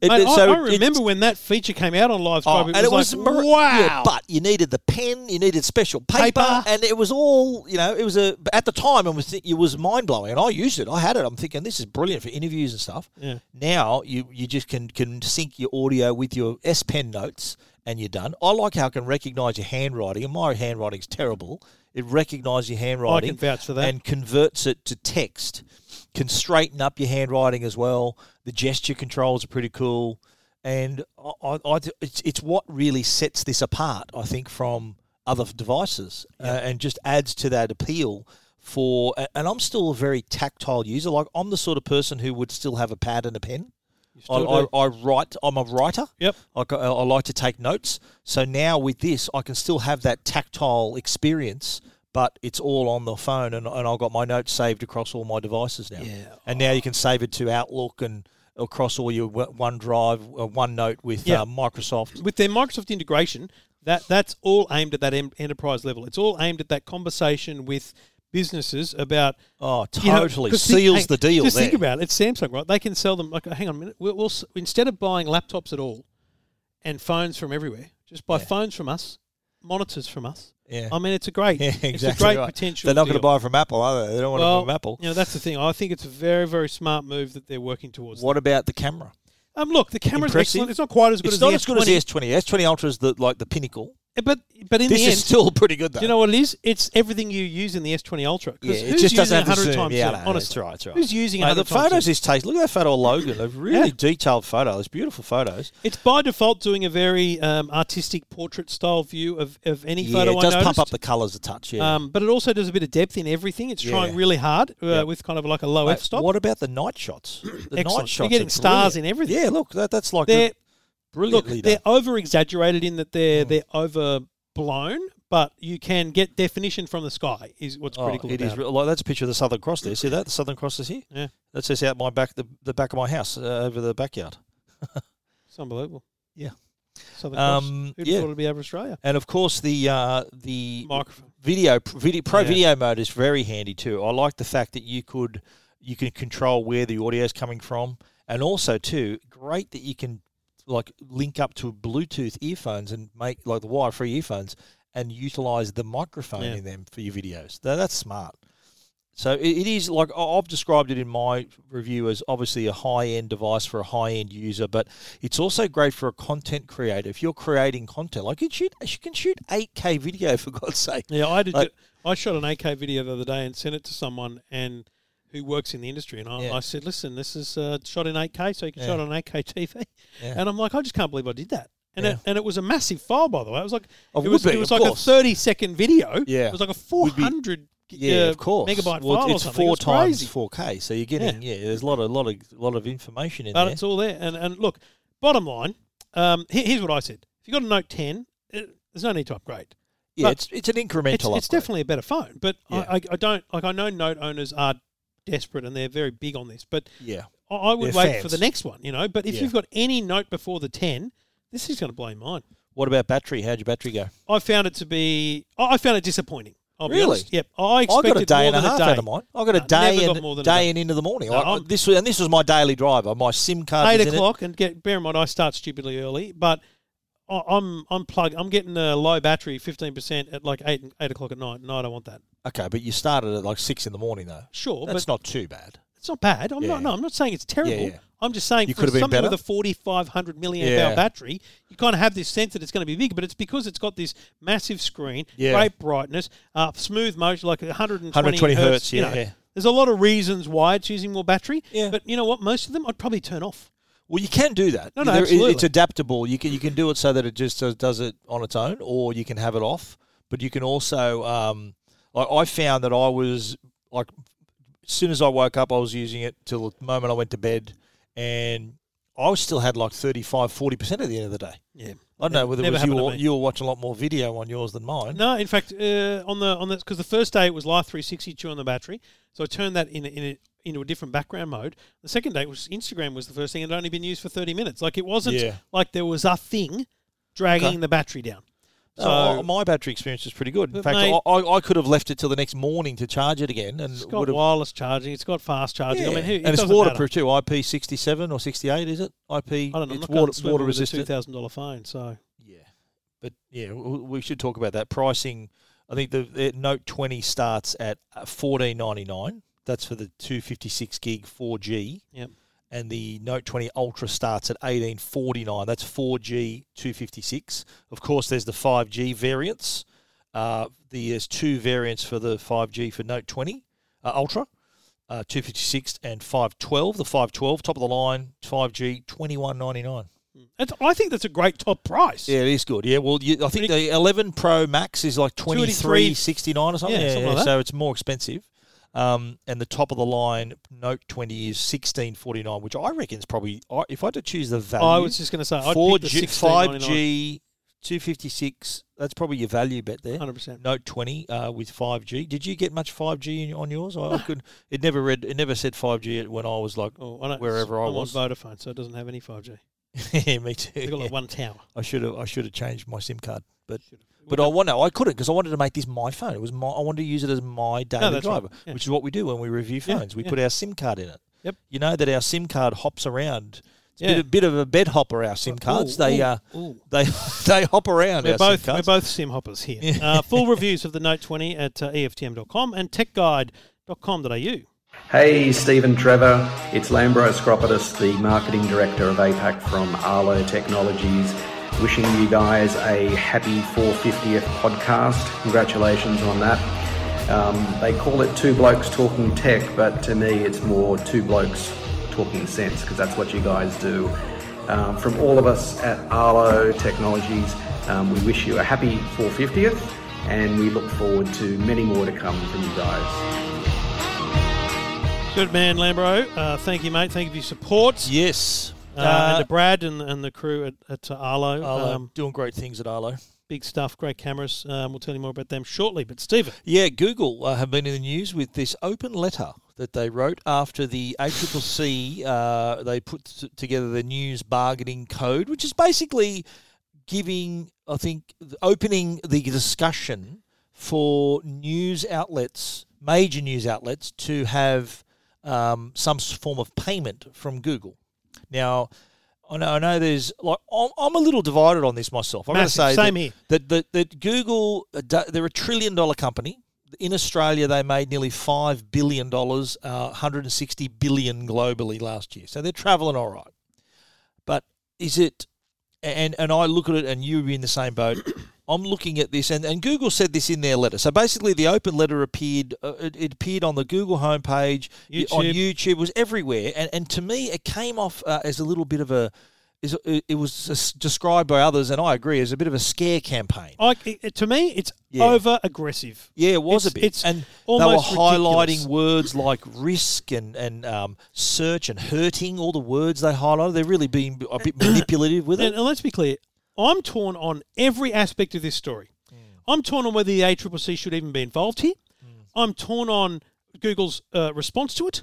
S1: It-
S2: Mate,
S1: it-
S2: I, I
S1: it-
S2: remember when that feature came out on live.
S1: Oh,
S2: Scribe,
S1: and it was
S2: like,
S1: mar-
S2: wow.
S1: yeah, but you needed the pen, you needed special paper,
S2: Paper.
S1: and it was all you know. It was a at the time, and was it was mind blowing. And I used it. I had it. I'm thinking this is brilliant for interviews and stuff.
S2: Yeah.
S1: Now you you just can can sync your audio with your S Pen notes, and you're done. I like how it can recognise your handwriting, and my handwriting's terrible. It recognises your handwriting.
S2: vouch for that.
S1: And converts it to text. Can straighten up your handwriting as well. The gesture controls are pretty cool and I, I, I, it's it's what really sets this apart, I think, from other devices, uh, and just adds to that appeal. For a- and I'm still a very tactile user. Like I'm the sort of person who would still have a pad and a pen. I,
S2: still
S1: I,
S2: do.
S1: I write. I'm a writer.
S2: Yep.
S1: I, I, I like to take notes. So now with this, I can still have that tactile experience, but it's all on the phone, and, and I've got my notes saved across all my devices now.
S2: Yeah.
S1: And now you can save it to Outlook and across all your w- OneDrive, uh, OneNote with
S2: Yeah.
S1: uh, Microsoft.
S2: with their Microsoft integration, that that's all aimed at that em- enterprise level. It's all aimed at that conversation with businesses about
S1: Oh,
S2: you know,
S1: totally
S2: 'cause think-
S1: seals
S2: hey,
S1: the deal.
S2: Just
S1: there.
S2: think about it. It's Samsung, right? They can sell them. Like, hang on a minute. We'll, we'll s- instead of buying laptops at all and phones from everywhere, just buy phones from us, monitors from us.
S1: Yeah.
S2: I mean, it's a great,
S1: yeah, exactly.
S2: it's a great
S1: right.
S2: potential.
S1: They're not going to
S2: deal.
S1: buy from Apple, are they? They don't want
S2: Well,
S1: to buy from Apple.
S2: You know, that's the thing. I think it's a very, very smart move that they're working towards.
S1: What about the camera?
S2: Um, look, the camera's
S1: Impressive.
S2: excellent. It's not quite as good
S1: It's
S2: as
S1: not
S2: the
S1: as good as the S20. S20 Ultra is the like the pinnacle.
S2: but but in
S1: This
S2: the
S1: is
S2: end,
S1: still pretty good though.
S2: Do you know what it is? It's everything you use in the S20 Ultra. 'Cause
S1: Yeah, it
S2: who's
S1: just
S2: using
S1: doesn't have the
S2: 100
S1: zoom.
S2: times
S1: Yeah,
S2: zoom?
S1: no, no,
S2: honestly.
S1: that's right, that's right.
S2: Who's using
S1: Mate,
S2: 100
S1: the
S2: times
S1: photos
S2: zoom?
S1: is taste. Look at that photo of Logan. They're really
S2: Yeah.
S1: detailed photos, beautiful photos.
S2: It's by default doing a very um, artistic portrait style view of, of any
S1: Yeah,
S2: photo
S1: it does
S2: I noticed.
S1: pump up the colours a touch. Yeah.
S2: um, but it also does a bit of depth in everything. It's
S1: Yeah.
S2: trying really hard uh,
S1: Yeah.
S2: with kind of like a low
S1: Mate,
S2: f stop.
S1: What about the night shots? The
S2: Excellent. You're
S1: night shots. are
S2: getting stars
S1: brilliant.
S2: in everything.
S1: Yeah, look, that, that's like
S2: They're
S1: a brilliantly
S2: look,
S1: done.
S2: they're over exaggerated in that they're
S1: Mm.
S2: they're overblown, but you can get definition from the sky is what's
S1: Oh,
S2: critical.
S1: it
S2: about
S1: is real- like that's a picture of the Southern Cross there. See that the Southern Cross is here.
S2: Yeah.
S1: That says out my back, the, the back of my house uh, over the backyard.
S2: It's unbelievable.
S1: Yeah.
S2: Southern
S1: Um,
S2: Cross. Who'd
S1: yeah.
S2: have thought it'd be over Australia?
S1: And of course the uh, the
S2: Microphone.
S1: video video pro
S2: Yeah.
S1: video mode is very handy too. I like the fact that you could you can control where the audio is coming from, and also too great that you can like link up to Bluetooth earphones and make like the wire free earphones and utilize the microphone
S2: Yeah.
S1: in them for your videos. Tha- that's smart. So it, it is like I- I've described it in my review as obviously a high end device for a high end user, but it's also great for a content creator. If you're creating content, like you shoot, you can shoot 8K video for God's sake.
S2: Yeah, I did.
S1: Like-
S2: I shot an AK video the other day and sent it to someone and who works in the industry, and I,
S1: Yeah.
S2: I said, "Listen, this is uh, shot in 8K, so you can
S1: Yeah.
S2: shot on 8K TV."
S1: Yeah.
S2: And I'm like, "I just can't believe I did that." And,
S1: Yeah.
S2: it, and it was a massive file, by the way. It was like
S1: Of
S2: it was,
S1: would be,
S2: it was
S1: of
S2: like
S1: course.
S2: a 30 second video.
S1: Yeah.
S2: it was like a
S1: Would be-
S2: 400 gi-
S1: Yeah,
S2: uh,
S1: of course.
S2: megabyte
S1: Well,
S2: file
S1: it's
S2: or something.
S1: four
S2: It was
S1: times
S2: crazy.
S1: 4K, so you're getting yeah. there's a lot of lot of lot of information in
S2: but
S1: there.
S2: it's all there. And and look, bottom line, um, here, here's what I said: if you got a Note 10, it, there's no need to upgrade.
S1: yeah,
S2: but
S1: it's it's an incremental.
S2: it's, it's
S1: upgrade.
S2: definitely a better phone, but
S1: Yeah.
S2: I, I, I don't like. I know note owners are desperate and they're very big on this, but
S1: yeah.
S2: I, I would
S1: They're
S2: wait
S1: fans.
S2: for the next one. You know, but if
S1: Yeah.
S2: you've got any note before the ten, this is going to blow your mind.
S1: What about battery? How'd your battery go?
S2: I found it to be. I I found it disappointing. I'll
S1: Really?
S2: Be honest. Yep. I
S1: I
S2: expected
S1: got a day
S2: more
S1: and a
S2: than
S1: half
S2: a day.
S1: out of mine. I got a
S2: No,
S1: day
S2: never got
S1: and
S2: more than a
S1: day
S2: day.
S1: and into the morning.
S2: No,
S1: I- I-
S2: I'm-
S1: this was and this was my daily driver. My SIM card. was
S2: Eight
S1: in it.
S2: o'clock, and get bear in mind I start stupidly early, but I- I'm I'm plugged. I'm getting a low battery, fifteen percent at like eight eight o'clock at night, and I don't want that.
S1: Okay, but you started at like six in the morning though.
S2: Sure,
S1: That's
S2: but
S1: not too bad.
S2: it's not bad. I'm
S1: Yeah.
S2: not. No, I'm not saying it's terrible.
S1: Yeah, yeah.
S2: I'm just saying
S1: You
S2: for
S1: could've been
S2: something with
S1: better.
S2: a 4,500 milliamp
S1: Yeah.
S2: hour battery, you kind of have this sense that it's going to be big, but it's because it's got this massive screen,
S1: Yeah.
S2: great brightness, uh, smooth motion, like 120,
S1: 120
S2: hertz.
S1: hertz,
S2: you
S1: yeah,
S2: know.
S1: yeah.
S2: There's a lot of reasons why it's using more battery,
S1: Yeah.
S2: but you know what? Most of them I'd probably turn off.
S1: Well, you can do that.
S2: No, no,
S1: There- it- It's
S2: absolutely.
S1: adaptable. You can you can do it so that it just does, does it on its own, or you can have it off. But you can also, um, like I found that I was like, as soon as I woke up, I was using it till the moment I went to bed, and I still had like 35, 40 percent at the end of the day.
S2: Yeah.
S1: I don't know whether it
S2: Never
S1: was you
S2: happened to
S1: or,
S2: me.
S1: you were watching a lot more video on yours than mine.
S2: No, in fact, uh, on the on the because the first day it was Life 360 chew on the battery, so I turned that in a, in a, into a different background mode. The second day was Instagram was the first thing, and it had only been used for 30 minutes. Like it wasn't
S1: Yeah.
S2: like there was a thing dragging
S1: Okay.
S2: the battery down. So
S1: So Oh, my battery experience was pretty good. In
S2: But
S1: fact,
S2: mate-
S1: I, I, I could have left it till the next morning to charge it again, and
S2: it's
S1: would
S2: got
S1: have
S2: wireless charging, it's got fast charging. I mean, who, it
S1: and it's
S2: doesn't matter.
S1: waterproof too. IP sixty seven or sixty eight, is it? IP.
S2: I don't know.
S1: It's
S2: I'm not
S1: water,
S2: water,
S1: water
S2: Two
S1: resistant.
S2: thousand dollar phone. So
S1: Yeah, but yeah, w- we should talk about that pricing. I think the, the Note twenty starts at uh, fourteen ninety nine. That's for the two fifty six gig four G.
S2: Yep.
S1: And the Note twenty Ultra starts at eighteen forty nine. That's four G two fifty six. Of course, there's the five G variants. Uh, the, there's two variants for the five G for Note twenty uh, Ultra uh, 256 and 512. The 512, top of the line, 5G, 21.99.
S2: it's, I think that's a great top price.
S1: Yeah, it is good. Yeah, well, you, I think the 11 Pro Max is like
S2: 23.
S1: 23.69 or something.
S2: Yeah, something like that.
S1: so it's more expensive. Um, and the top of the line Note 20 is 16.49, which I reckon is probably I- if I had to choose the value.
S2: I was just going to say, I'd
S1: four
S2: pick the
S1: G, 5G, 256. That's probably your value bet there.
S2: Hundred percent.
S1: Note 20 uh, with 5G. Did you get much 5G in, on yours? I, I could. It never read. It never said 5G when I was like,
S2: Oh, I don't,
S1: Wherever I
S2: I'm
S1: was.
S2: on Vodafone, so it doesn't have any five G.
S1: yeah, me too.
S2: They've got
S1: yeah.
S2: like one tower.
S1: I should have. I should have changed my SIM card, but but I want no, I couldn't because I wanted to make this my phone. It was my. I wanted to use it as my daily
S2: that's right.
S1: driver,
S2: Yeah.
S1: which is what we do when we review
S2: Yeah,
S1: phones. We
S2: yeah.
S1: put our SIM card in it.
S2: Yep.
S1: You know that our SIM card hops around. It's a
S2: Yeah.
S1: bit, a bit of a bed hopper. Our SIM cards. they
S2: ooh,
S1: uh,
S2: ooh.
S1: they they hop around.
S2: We're
S1: our
S2: both,
S1: SIM
S2: we're
S1: cards.
S2: both sim hoppers here. Uh, full reviews of the Note 20 at uh, EFTM.com and techguide.com.au.
S5: Hey, Stephen Trevor. It's Lambro Scropitus, the marketing director of APAC from Arlo Technologies, wishing you guys a happy 450th podcast. Congratulations on that. Um, they call it Two Blokes Talking Tech, but to me it's more Two Blokes Talking Sense because that's what you guys do. Um, from all of us at Arlo Technologies, um, we wish you a happy 450th and we look forward to many more to come from you guys.
S2: Good man, Lambro. Uh, thank you, mate. Thank you for your support.
S1: Yes.
S2: Uh, and to Brad and, and the crew at, at uh, Arlo.
S1: Arlo,
S2: Um,
S1: doing great things at Arlo.
S2: big stuff, great cameras. Um, we'll tell you more about them shortly. But, Stephen,
S1: Yeah, Google uh, have been in the news with this open letter that they wrote after the ACCC, uh, they put t- together the news bargaining code, which is basically giving, I think, th- opening the discussion for news outlets, major news outlets, to have um, some s- form of payment from Google. Now, I know, I know there's like I'm, I'm a little divided on this myself. I'm going to
S2: Massive.
S1: say
S2: Same
S1: that,
S2: here.
S1: that that that Google uh, do- they're a trillion dollar company. In Australia, they made nearly five billion dollars, uh, 160 billion globally last year. So they're traveling all right. But is it? And and I look at it, and you're in the same boat. I'm looking at this, and, and Google said this in their letter. So basically, the open letter appeared. Uh, it, it appeared on the Google homepage, y- on
S2: YouTube.
S1: YouTube, was everywhere, and and to me, it came off uh, as a little bit of a. Is, uh, it it was s- described by others, and I agree, as a bit of a scare campaign.
S2: I, it- to me, it's
S1: Yeah.
S2: over aggressive.
S1: Yeah, it was
S2: It's-
S1: a bit.
S2: it's
S1: and
S2: almost
S1: they were highlighting
S2: ridiculous.
S1: words like risk and and um, search and hurting. All the words they highlighted, they're really being a bit manipulative with
S2: And,
S1: it.
S2: and let's be clear, I'm torn on every aspect of this story.
S1: Mm.
S2: I'm torn on whether the ACCC should even be involved here. I'm torn on Google's uh, response to it.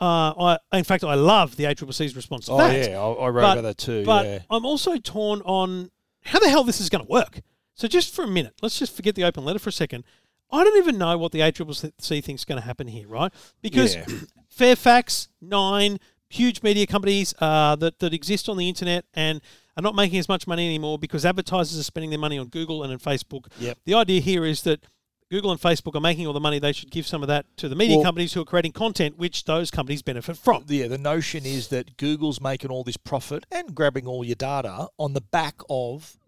S2: Uh, I, in fact, I love the ACCC's response to
S1: Oh,
S2: that.
S1: yeah, I- I wrote about that too,
S2: But
S1: yeah.
S2: I'm also torn on how the hell this is going to work. So just for a minute, let's just forget the open letter for a second. I don't even know what the ACCC thinks is going to happen here, right? Because
S1: Yeah.
S2: Fairfax, Nine, huge media companies uh, that, that exist on the internet and are not making as much money anymore because advertisers are spending their money on Google and on Facebook.
S1: Yep.
S2: The idea here is that Google and Facebook are making all the money. They should give some of that to the media
S1: Well-
S2: companies who are creating content, which those companies benefit from.
S1: yeah, the notion is that Google's making all this profit and grabbing all your data on the back of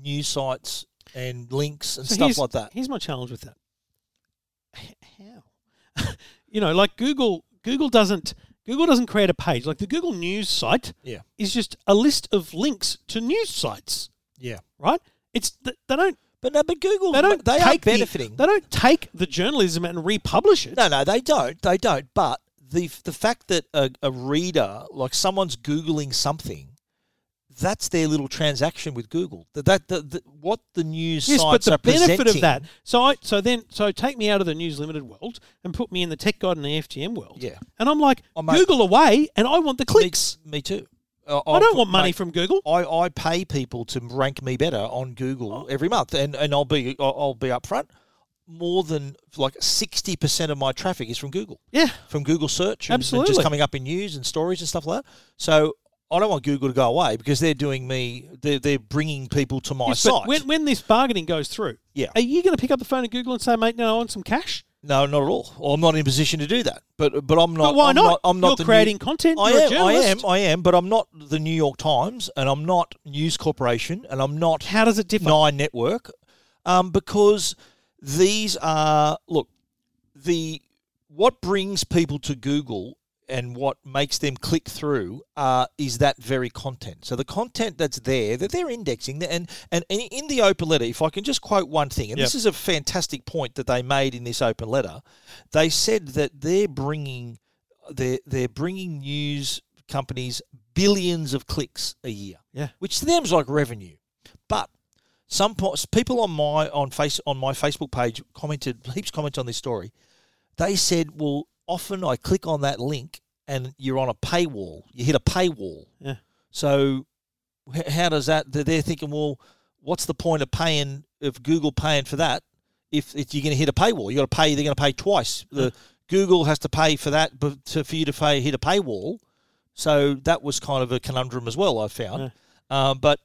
S1: news sites and links and
S2: So
S1: stuff
S2: here's-
S1: like that.
S2: Here's my challenge with that. H- How? you know, like Google. Google doesn't. Google doesn't create a page. Like the Google News site
S1: Yeah,
S2: is just a list of links to news sites,
S1: yeah.
S2: right? It's th- they don't
S1: But no, but Google
S2: they don't
S1: they are
S2: take the-
S1: benefiting.
S2: they don't take the journalism and republish it.
S1: No, no, they don't. They don't. But the the fact that a, a reader, like someone's googling something, that's their little transaction with Google. That that, that, that what the news
S2: Yes, but
S1: sites
S2: the
S1: are
S2: benefit
S1: presenting.
S2: of that. So I so then so take me out of the News Limited world and put me in the Tech Guide and the FGM world.
S1: Yeah.
S2: and I'm like
S1: Oh, mate.
S2: Google away, and I want the clicks.
S1: Me, me too.
S2: I don't want money from Google.
S1: I, I pay people to rank me better on
S2: Oh.
S1: Google every month, and, and I'll be I'll I'll be upfront. More than like sixty percent of my traffic is from Google.
S2: Yeah,
S1: from Google search and, and
S2: Absolutely.
S1: just coming up in news and stories and stuff like that. So I don't want Google to go away because they're doing me, they're, they're bringing people to my
S2: Yes, but
S1: site.
S2: When, when this bargaining goes through,
S1: Yeah.
S2: are you going to pick up the phone at Google and say, "Mate, no, I want some cash"?
S1: no, not at all. I'm not in a position to do that. But but I'm not.
S2: But why
S1: I'm
S2: not?
S1: I'm not
S2: You're
S1: the new-
S2: creating content.
S1: I
S2: You're a
S1: am. I
S2: journalist.
S1: am. I am. But I'm not the New York Times, and I'm not News Corporation, and I'm not
S2: How does it differ?
S1: Nine Network, um, because these are look the what brings people to Google and what makes them click through uh, is that very content. So the content that's there that they're indexing and and in- in the open letter, if I can just quote one thing, and this
S2: Yep.
S1: is a fantastic point that they made in this open letter, they said that they're bringing they're they're bringing news companies billions of clicks a year
S2: Yeah.
S1: which to them's like revenue. But some po- people on my on face on my Facebook page commented heaps comments on this story. They said, "Well, often I click on that link and you're on a paywall. You hit a paywall.
S2: Yeah.
S1: So h- how does that? They're they're thinking, well, what's the point of paying if Google paying for that? If, if you're going to hit a paywall, you got to pay. They're going to pay twice. The Google has to pay for that, but to, for you to pay hit a paywall. So that was kind of a conundrum as well. I found. Um, but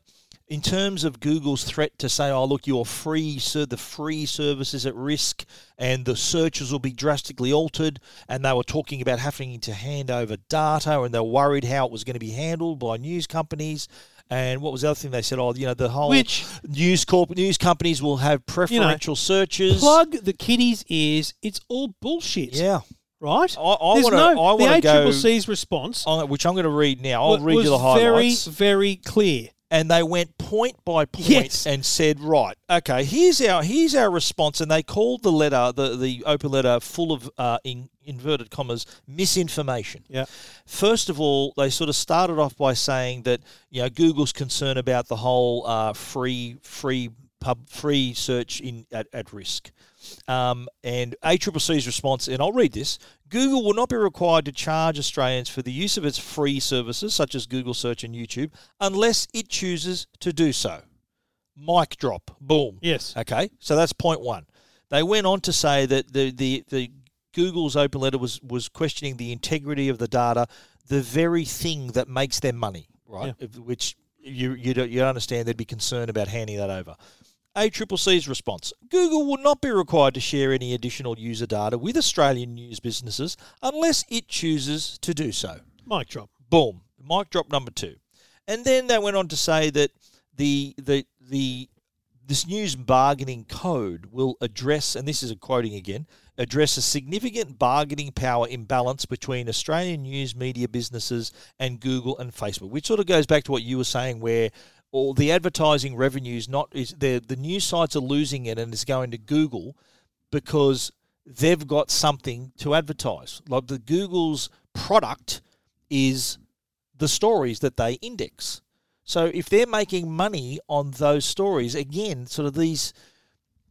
S1: in terms of Google's threat to say, "Oh, look, your free ser- the free service is at risk, and the searches will be drastically altered," and they were talking about having to hand over data, and they're worried how it was going to be handled by news companies. And what was the other thing they said? Oh, you know, the whole
S2: Which-
S1: news corp news companies will have preferential searches.
S2: Plug the kiddies' ears. It's all bullshit.
S1: Yeah,
S2: Right.
S1: I- I
S2: There's
S1: wanna-
S2: no-
S1: I wanna
S2: the
S1: go-
S2: ACCC's response
S1: on- which I'm going to read now. I'll
S2: wa-
S1: read
S2: was
S1: you the highlights.
S2: very, very clear.
S1: and they went point by point
S2: Yes.
S1: and said, "Right, okay, here's our here's our response." And they called the letter, the the open letter, full of uh, in, inverted commas, misinformation.
S2: Yeah.
S1: First of all, they sort of started off by saying that you know Google's concern about the whole uh, free free pub free search in at, at risk. Um, and ACCC's response, and I'll read this Google will not be required to charge Australians for the use of its free services, such as Google Search and YouTube, unless it chooses to do so. Mic drop. Boom.
S2: Yes.
S1: Okay, so that's point one. They went on to say that the, the, the Google's open letter was, was questioning the integrity of the data, the very thing that makes them money, right? If- Which you you don't, you understand they'd be concerned about handing that over. ACCC's response Google will not be required to share any additional user data with Australian news businesses unless it chooses to do so
S2: Mic drop.
S1: boom, mic drop number two. And then they went on to say that the the the this news bargaining code will address, and this is a quoting again, address a significant bargaining power imbalance between Australian news media businesses and Google and Facebook, which sort of goes back to what you were saying, where all the advertising revenues not is the the news sites are losing it and it's going to Google because they've got something to advertise. Like the Google's product is the stories that they index. So if they're making money on those stories, again, sort of these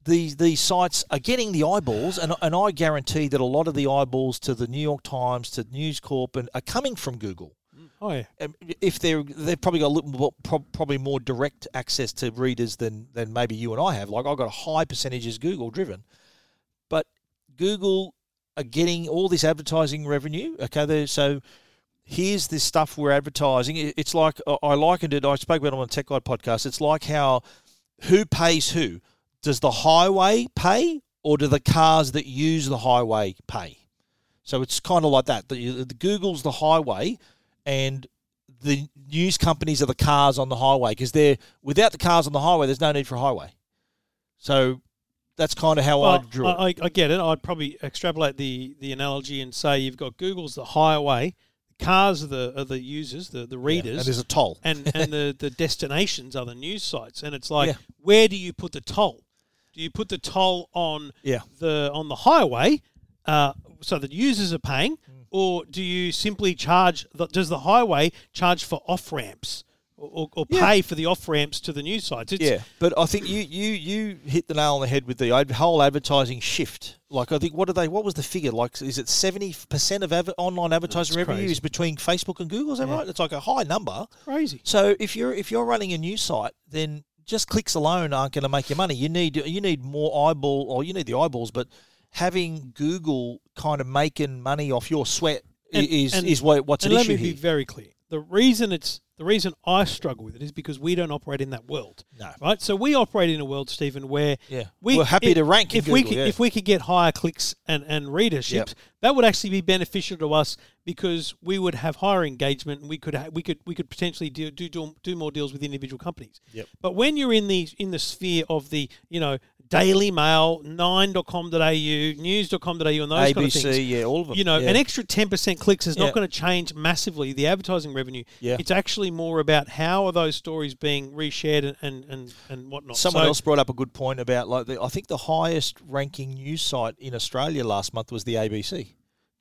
S1: these these sites are getting the eyeballs, and, and I guarantee that a lot of the eyeballs to the New York Times, to News Corp, and are coming from Google.
S2: Oh yeah.
S1: Um, If they're they've probably got a little more, prob- probably more direct access to readers than than maybe you and I have. Like I've got a high percentage is Google driven, but Google are getting all this advertising revenue. Okay, they're, so here's this stuff we're advertising. It- It's like I- I likened it. I spoke about it on the Tech Guide podcast. It's like how who pays who? Does the highway pay, or do the cars that use the highway pay? So it's kind of like that. The, the Google's the highway, and the news companies are the cars on the highway because they're without the cars on the highway. There's no need for a highway. So that's kind of how I
S2: Well,
S1: drew it.
S2: I, I, I get it. I'd probably extrapolate the, the analogy and say you've got Google's the highway, the cars are the are the users, the, the
S1: and
S2: readers,
S1: there's a toll.
S2: and, and the, the destinations are the news sites. And it's like,
S1: Yeah.
S2: where do you put the toll? Do you put the toll on
S1: Yeah.
S2: the on the highway uh, so that users are paying,
S1: Mm.
S2: or do you simply charge? The, does the highway charge for off ramps or, or, or
S1: Yeah.
S2: pay for the off ramps to the news sites? It's,
S1: Yeah, but I think you you you hit the nail on the head with the ad- whole advertising shift. Like I think what are they? What was the figure? Like is it seventy percent of adver- online advertising revenue
S2: crazy.
S1: is between Facebook and Google? Is that right? It's like a high number.
S2: crazy.
S1: So if you're if you're running a news site, then just clicks alone aren't going to make you money. You need you need more eyeball, or you need the eyeballs, but having Google kind of making money off your sweat i
S2: And-
S1: is
S2: and-
S1: is what, what's an
S2: and
S1: issue
S2: let me
S1: here.
S2: be very clear. The reason it's the reason I struggle with it is because we don't operate in that world.
S1: No.
S2: Right? So we operate in a world, Stephen, where
S1: Yeah.
S2: we,
S1: We're happy
S2: if-
S1: to rank in
S2: if we
S1: Google,
S2: could,
S1: yeah.
S2: if we could get higher clicks and, and readerships,
S1: Yep.
S2: that would actually be beneficial to us because we would have higher engagement and we could ha- we could we could potentially do do do, do more deals with individual companies.
S1: Yep.
S2: But when you're in the in the sphere of the, you know, Daily Mail, 9.com.au, news.com.au and those kind of
S1: ABC,
S2: things.
S1: yeah, all of them.
S2: You know,
S1: Yeah.
S2: an extra 10% clicks is
S1: Yeah.
S2: not going to change massively the advertising revenue.
S1: Yeah.
S2: It's actually more about how are those stories being reshared and, and, and, and whatnot.
S1: Someone
S2: So-
S1: else brought up a good point about like the, I think the highest ranking news site in Australia last month was the ABC,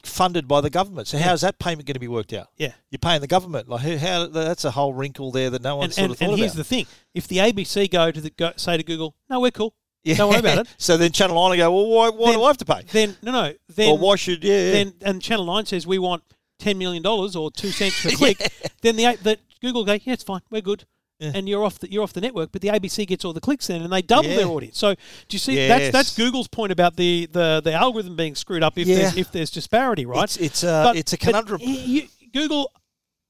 S1: funded by the government. So how's that payment going to be worked out?
S2: Yeah.
S1: You're paying the government. Like how, how that's a whole wrinkle there that no one
S2: And,
S1: sort
S2: and,
S1: of thought
S2: and
S1: about.
S2: here's the thing if the ABC go to the go, say to Google, no, we're cool. Don't worry about it.
S1: so then Channel Nine go, well, why, why
S2: Then-
S1: do I have to pay?
S2: Then, no, no. Then,
S1: or why should yeah? yeah.
S2: then and Channel 9 says we want $10 million or 2 cents per click. Then the, A- the Google go, yeah, it's fine. We're good. And you're off the you're off the network, but the ABC gets all the clicks then, and they double
S1: Yeah.
S2: their audience. So do you see that's that's
S1: Yes.
S2: Google's point about the, the, the algorithm being screwed up if
S1: Yeah.
S2: there's if there's disparity, right?
S1: It's it's a
S2: But-
S1: it's a
S2: but
S1: conundrum.
S2: y- you- Google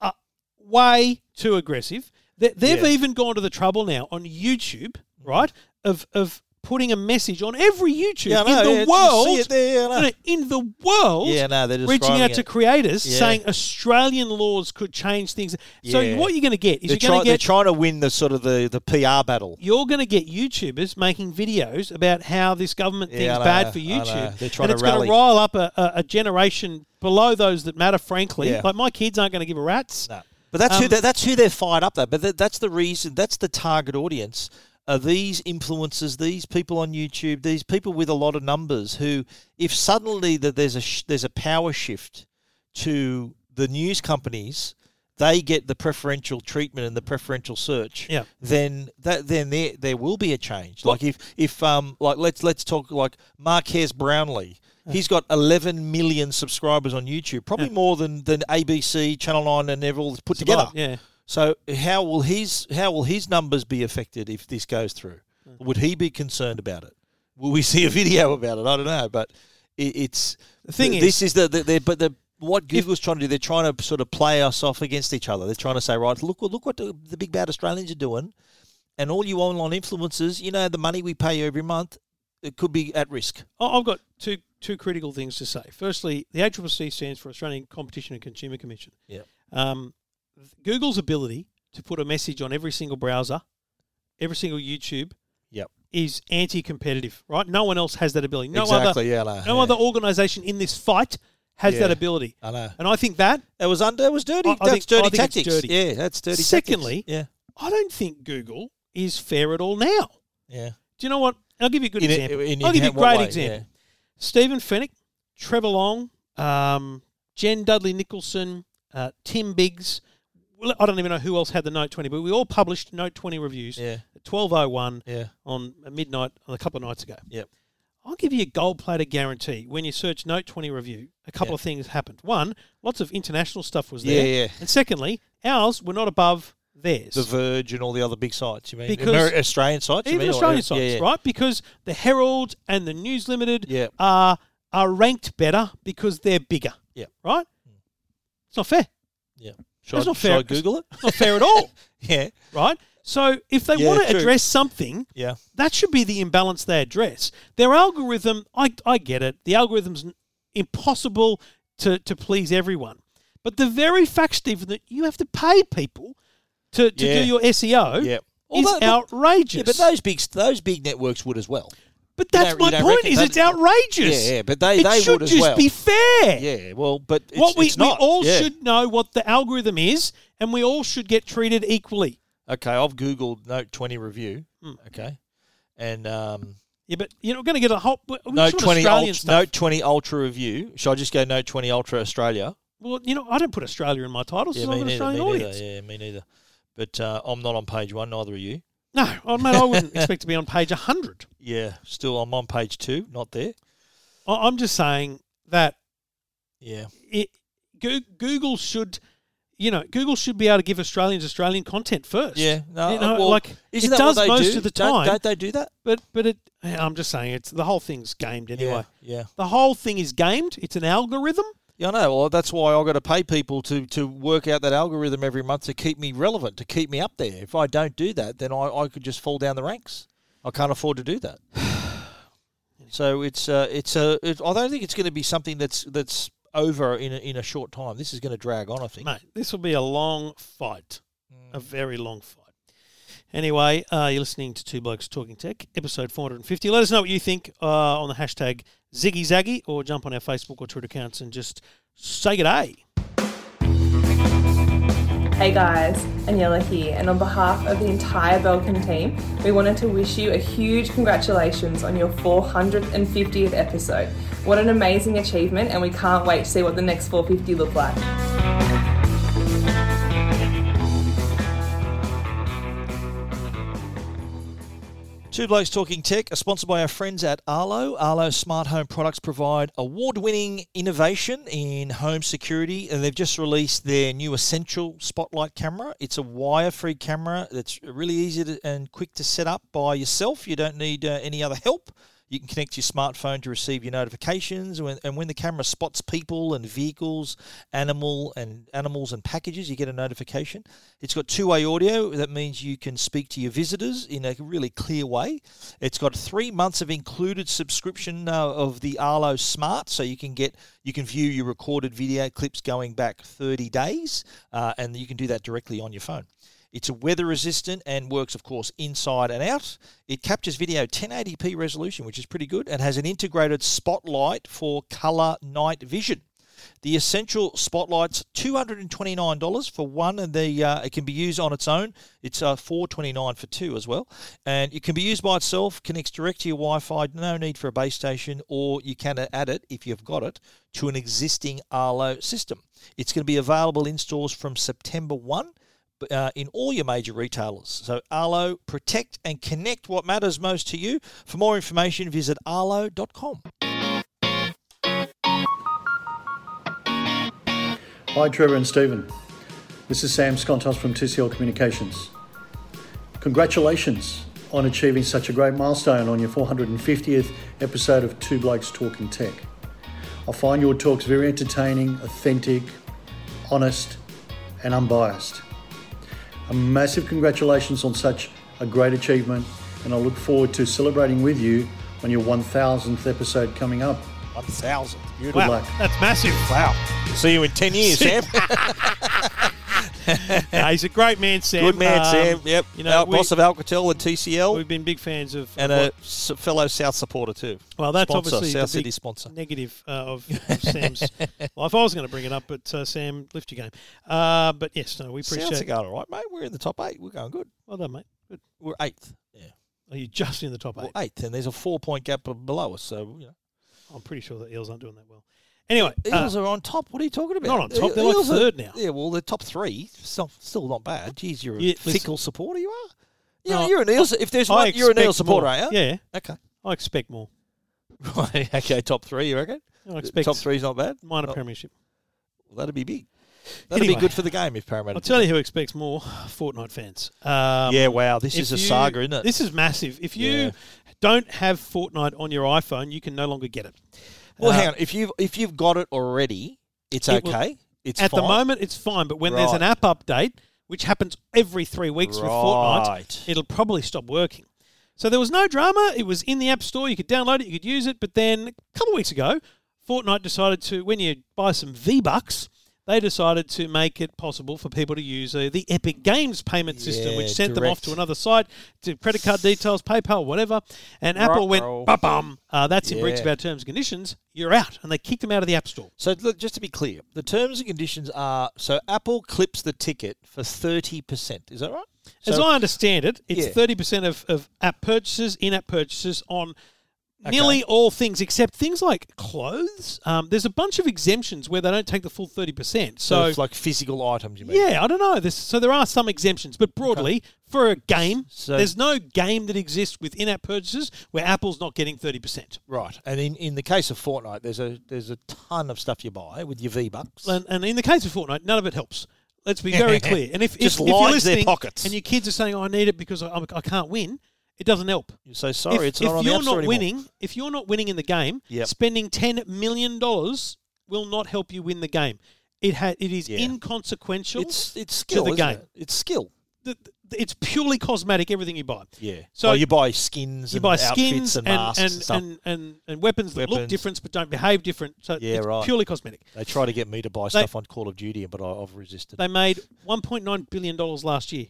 S2: are way too aggressive. They, they've
S1: Yeah.
S2: even gone to the trouble now on YouTube, right, of of putting a message on every YouTube
S1: Yeah, I
S2: in
S1: know,
S2: the
S1: yeah, you see
S2: world.
S1: it there, I know.
S2: No, no, In the world,
S1: Yeah, no, they're
S2: reaching
S1: describing
S2: out
S1: it.
S2: to creators
S1: Yeah.
S2: saying Australian laws could change things. So
S1: Yeah.
S2: what you're going to get is you're
S1: they're,
S2: going
S1: try,
S2: to
S1: they're
S2: get
S1: trying to win the sort of the, the PR battle.
S2: you're going to get YouTubers making videos about how this government
S1: Yeah,
S2: thing's
S1: I know,
S2: bad for
S1: I know.
S2: YouTube.
S1: They're trying
S2: and it's
S1: to
S2: gonna
S1: rally.
S2: rile up a, a, a generation below those that matter, frankly.
S1: Yeah.
S2: Like, my kids aren't going to give a rat's.
S1: No. But that's who
S2: Um,
S1: they, that's who they're fired up though. But that, that's the reason. That's the target audience. Are these influencers, these people on YouTube, these people with a lot of numbers? Who, if suddenly that there's a sh- there's a power shift to the news companies, they get the preferential treatment and the preferential search.
S2: Yeah.
S1: Then that then there there will be a change. Like if if um like let's let's talk like Marquez Brownlee. He's got 11 million subscribers on YouTube, probably more than, than ABC, Channel 9, and they've all put together.
S2: Right, Yeah.
S1: So how will his how will his numbers be affected if this goes through?
S2: Hmm.
S1: Would he be concerned about it? Will we see a video about it? I don't know, but it, it's the
S2: thing is-
S1: this is the, the, the but the what Google's trying to do, they're trying to sort of play us off against each other. They're trying to say, right, look, look what the, the big bad Australians are doing, and all you online influencers, you know, the money we pay you every month, it could be at risk.
S2: I- I've got two two critical things to say. Firstly, the ACCC stands for Australian Competition and Consumer Commission.
S1: Yeah.
S2: Um, th- Google's ability to put a message on every single browser, every single YouTube,
S1: Yep.
S2: is anti-competitive. Right? No one else has that ability. No
S1: exactly.
S2: other,
S1: yeah. I know.
S2: no
S1: yeah.
S2: other organisation in this fight has
S1: Yeah. Uh,
S2: that ability.
S1: I know.
S2: And I think that.
S1: It was under. It was dirty.
S2: I- I
S1: that's
S2: think- I
S1: dirty
S2: think it's
S1: tactics.
S2: dirty.
S1: Yeah, that's dirty. tactics.
S2: Secondly-
S1: yeah,
S2: I don't think Google is fair at all now.
S1: yeah.
S2: Do you know what? I'll give you a good
S1: In-
S2: example.
S1: in- in
S2: I'll give you a
S1: what
S2: great
S1: way?
S2: example.
S1: Yeah.
S2: Stephen Fennick, Trevor Long, um, Jen Dudley Nicholson, uh, Tim Biggs. Well, I don't even know who else had the Note 20, but we all published Note 20 reviews
S1: Yeah.
S2: at 12.01
S1: Yeah.
S2: on midnight on a couple of nights ago.
S1: Yep.
S2: I'll give you a gold platter guarantee. When you search Note 20 review, a couple
S1: Yeah.
S2: of things happened. One, lots of international stuff was
S1: Yeah,
S2: there.
S1: yeah.
S2: And secondly, ours were not above theirs.
S1: The Verge and all the other big sites. You mean
S2: Because-
S1: Ameri- Australian sites? you
S2: even
S1: mean, or-
S2: Australian
S1: yeah,
S2: sites,
S1: yeah.
S2: right? Because the Herald and the News Limited
S1: Yeah.
S2: are are ranked better because they're bigger.
S1: Yeah.
S2: Right? It's not fair.
S1: Yeah.
S2: That's
S1: Should, I,
S2: not
S1: should
S2: fair.
S1: I Google it?
S2: It's not fair at all,
S1: yeah.
S2: right? So if they
S1: Yeah,
S2: want to
S1: true.
S2: address something,
S1: Yeah.
S2: that should be the imbalance they address. Their algorithm, I, I get it. The algorithm's n- impossible to, to please everyone. But the very fact, Stephen, that you have to pay people to, to
S1: Yeah.
S2: do your SEO
S1: Yeah.
S2: is
S1: Although-
S2: outrageous.
S1: Yeah, but those big those big networks would as well.
S2: But that's
S1: don't- you
S2: my
S1: don't
S2: point
S1: reckon
S2: is
S1: that-
S2: it's outrageous.
S1: Yeah, yeah, but they-
S2: it
S1: they
S2: should
S1: would as
S2: just
S1: well.
S2: be fair.
S1: Yeah, well, but it's,
S2: what we,
S1: it's not.
S2: we all
S1: Yeah.
S2: should know what the algorithm is and we all should get treated equally.
S1: Okay, I've googled Note 20 review.
S2: Hmm.
S1: Okay, and um,
S2: Yeah, but you're not going to get a whole we- we
S1: Note
S2: sort of
S1: 20
S2: Australian
S1: Ultra,
S2: stuff.
S1: Note 20 Ultra review. Should I just go Note 20 Ultra Australia?
S2: Well, you know, I don't put Australia in my titles.
S1: Yeah,
S2: so I'm
S1: me
S2: an
S1: neither.
S2: Australian
S1: Me
S2: audience.
S1: neither. Yeah, me neither. But uh, I'm not on page one. Neither are you.
S2: No, oh, mate, I wouldn't expect to be on page 100.
S1: Yeah, still I'm on page two. Not there.
S2: I- I'm just saying that
S1: Yeah.
S2: it, Goo- Google should, you know, Google should be able to give Australians Australian content first.
S1: Yeah. No.
S2: You know,
S1: well,
S2: like
S1: isn't
S2: it
S1: that
S2: does
S1: what they
S2: most
S1: do?
S2: of the
S1: Don't-
S2: time,
S1: Don't, they do that?
S2: but but it. I'm just saying it's the whole thing's gamed anyway.
S1: Yeah. Yeah.
S2: The whole thing is gamed. It's an algorithm.
S1: Yeah, I know. Well, that's why I got to pay people to, to work out that algorithm every month to keep me relevant, to keep me up there. If I don't do that, then I, I could just fall down the ranks. I can't afford to do that. so it's uh, it's a. It, I don't think it's going to be something that's that's over in a, in a short time. This is going to drag on. I think.
S2: Mate, this will be a long fight,
S1: Mm.
S2: a very long fight. Anyway, uh, you're listening to Two Blokes Talking Tech, episode 450. Let us know what you think uh, on the hashtag Ziggy Zaggy or jump on our Facebook or Twitter accounts and just say good day.
S6: Hey guys, Aniela here, and on behalf of the entire Belkin team, we wanted to wish you a huge congratulations on your 450th episode. What an amazing achievement, and we can't wait to see what the next 450 look like.
S1: Two Blokes Talking Tech are sponsored by our friends at Arlo. Arlo smart home products provide award winning innovation in home security, and they've just released their new Essential Spotlight camera. It's a wire free camera that's really easy to, and quick to set up by yourself. You don't need uh, any other help. You can connect your smartphone to receive your notifications, when, and when the camera spots people and vehicles, animal and animals and packages, you get a notification. It's got two-way audio. That means you can speak to your visitors in a really clear way. It's got three months of included subscription uh, of the Arlo Smart, so you can get you can view your recorded video clips going back 30 days, uh, and you can do that directly on your phone. It's weather resistant and works, of course, inside and out. It captures video 1080p resolution, which is pretty good, and has an integrated spotlight for color night vision. The essential spotlight's two hundred and twenty nine dollars for one, and the uh, it can be used on its own. It's uh, four twenty nine for two as well, and it can be used by itself. Connects direct to your Wi Fi. No need for a base station, or you can add it if you've got it to an existing Arlo system. It's going to be available in stores from September one uh, in all your major retailers. So Arlo, protect and connect what matters most to you. For more information, visit arlo.com.
S7: Hi, Trevor and Stephen. This is Sam Scontos from TCL Communications. Congratulations on achieving such a great milestone on your 450th episode of Two Blokes Talking Tech. I find your talks very entertaining, authentic, honest, and unbiased. A massive congratulations on such a great achievement, and I look forward to celebrating with you on your 1000th episode coming up.
S1: One thousand. Good
S2: wow,
S7: luck.
S2: that's massive.
S1: Wow. See you in 10 years, Sam.
S2: Nah, he's a great man, Sam.
S1: Good man,
S2: Um,
S1: Sam. Yep.
S2: You know,
S1: Our
S2: we,
S1: boss of Alcatel and TCL
S2: we've been big fans of.
S1: and
S2: of
S1: a
S2: what-
S1: s- fellow South supporter, too.
S2: well, that's
S1: sponsor,
S2: obviously
S1: South
S2: the big
S1: City sponsor.
S2: negative uh, of, of Sam's life. I was going to bring it up, but uh, Sam, lift your game. Uh, but yes, no, we appreciate.
S1: Sounds like going all right, mate. We're in the top eight. We're going good.
S2: Well done, mate. Good.
S1: We're eighth. Yeah.
S2: Are you just in the top
S1: We're
S2: eight?
S1: eighth, and there's a four point gap b- below us. So, you know.
S2: I'm pretty sure the Eels aren't doing that well. Anyway, uh,
S1: Eels are on top. What are you talking about?
S2: not on top. They're like
S1: Eels are-
S2: third now.
S1: Yeah, well, they're top three. Still, still not bad. Geez, you're a
S2: Yeah, listen.
S1: fickle supporter, you are. Yeah,
S2: No,
S1: you're an Eels. If there's one, you're an
S2: expect
S1: Eels supporter,
S2: more.
S1: are you?
S2: Yeah,
S1: Okay.
S2: I expect more.
S1: Right. Okay, top three, you reckon?
S2: I expect
S1: top three's not bad.
S2: minor
S1: Oh.
S2: premiership.
S1: Well, that'd be big. That'd
S2: Anyway.
S1: be good for the game if Parramatta.
S2: I'll
S1: did
S2: tell you who expects more: Fortnite fans. Um,
S1: that. yeah, wow, this
S2: if
S1: is a
S2: you-
S1: saga, isn't it?
S2: This is massive. If you
S1: Yeah.
S2: don't have Fortnite on your iPhone, you can no longer get it.
S1: well,
S2: uh,
S1: hang on. If you've if you've got it already, it's
S2: It will-
S1: okay. It's
S2: At the
S1: fine?
S2: moment, it's fine, but when there's an
S1: Right.
S2: app update, which happens every three weeks for Fortnite,
S1: Right.
S2: it'll probably stop working. So there was no drama. It was in the App Store. You could download it, you could use it. But then a couple of weeks ago, Fortnite decided to, when you buy some V Bucks, they decided to make it possible for people to use uh, the Epic Games payment system,
S1: Yeah,
S2: which sent them off
S1: direct.
S2: to another site, to credit card details, PayPal, whatever. And Apple went,
S1: Ruh-roh.
S2: ba-bum, uh, that's in breach
S1: Yeah.
S2: of our terms and conditions. You're out. And they kicked them out of the App Store.
S1: So look, just to be clear, the terms and conditions are so Apple clips the ticket for thirty percent. Is that right?
S2: As
S1: So-
S2: I understand it, it's
S1: Yeah.
S2: thirty percent of, of app purchases, in app purchases on nearly all things except things like clothes. Um, there's a bunch of exemptions where they don't take the full thirty percent. So,
S1: so it's like physical items, you mean?
S2: yeah, I don't know. There's, so there are some exemptions, but broadly for a game,
S1: So-
S2: there's no game that exists with in app purchases where Apple's not getting thirty percent.
S1: Right. And in, in the case of Fortnite, there's a there's a ton of stuff you buy with your V Bucks.
S2: And, and in the case of Fortnite, none of it helps. Let's be very clear. And if, if-
S1: Just
S2: if, you're
S1: lines their
S2: listening
S1: pockets.
S2: and your kids are saying, "Oh, "I need it because I, I'm- I can't win," it doesn't help.
S1: You're so sorry,
S2: if,
S1: it's not
S2: if
S1: on the
S2: you're
S1: App Store
S2: not
S1: anymore.
S2: winning, if you're not winning in the game,
S1: Yep.
S2: spending ten million dollars will not help you win the game. It ha- it is
S1: Yeah.
S2: inconsequential.
S1: It's it's skill
S2: the
S1: isn't
S2: game.
S1: it? It's skill.
S2: Th- th- it's purely cosmetic. Everything you buy,
S1: Yeah.
S2: So-
S1: So you buy skins,
S2: you
S1: and
S2: buy
S1: outfits
S2: skins
S1: and
S2: and
S1: masks and,
S2: and,
S1: stuff.
S2: and, and, and weapons that look
S1: Weapons.
S2: different but don't behave different. So
S1: Yeah,
S2: it's
S1: right.
S2: purely cosmetic.
S1: they try to get me to buy stuff on Call of Duty, but I, I've resisted.
S2: They made one point nine billion dollars last year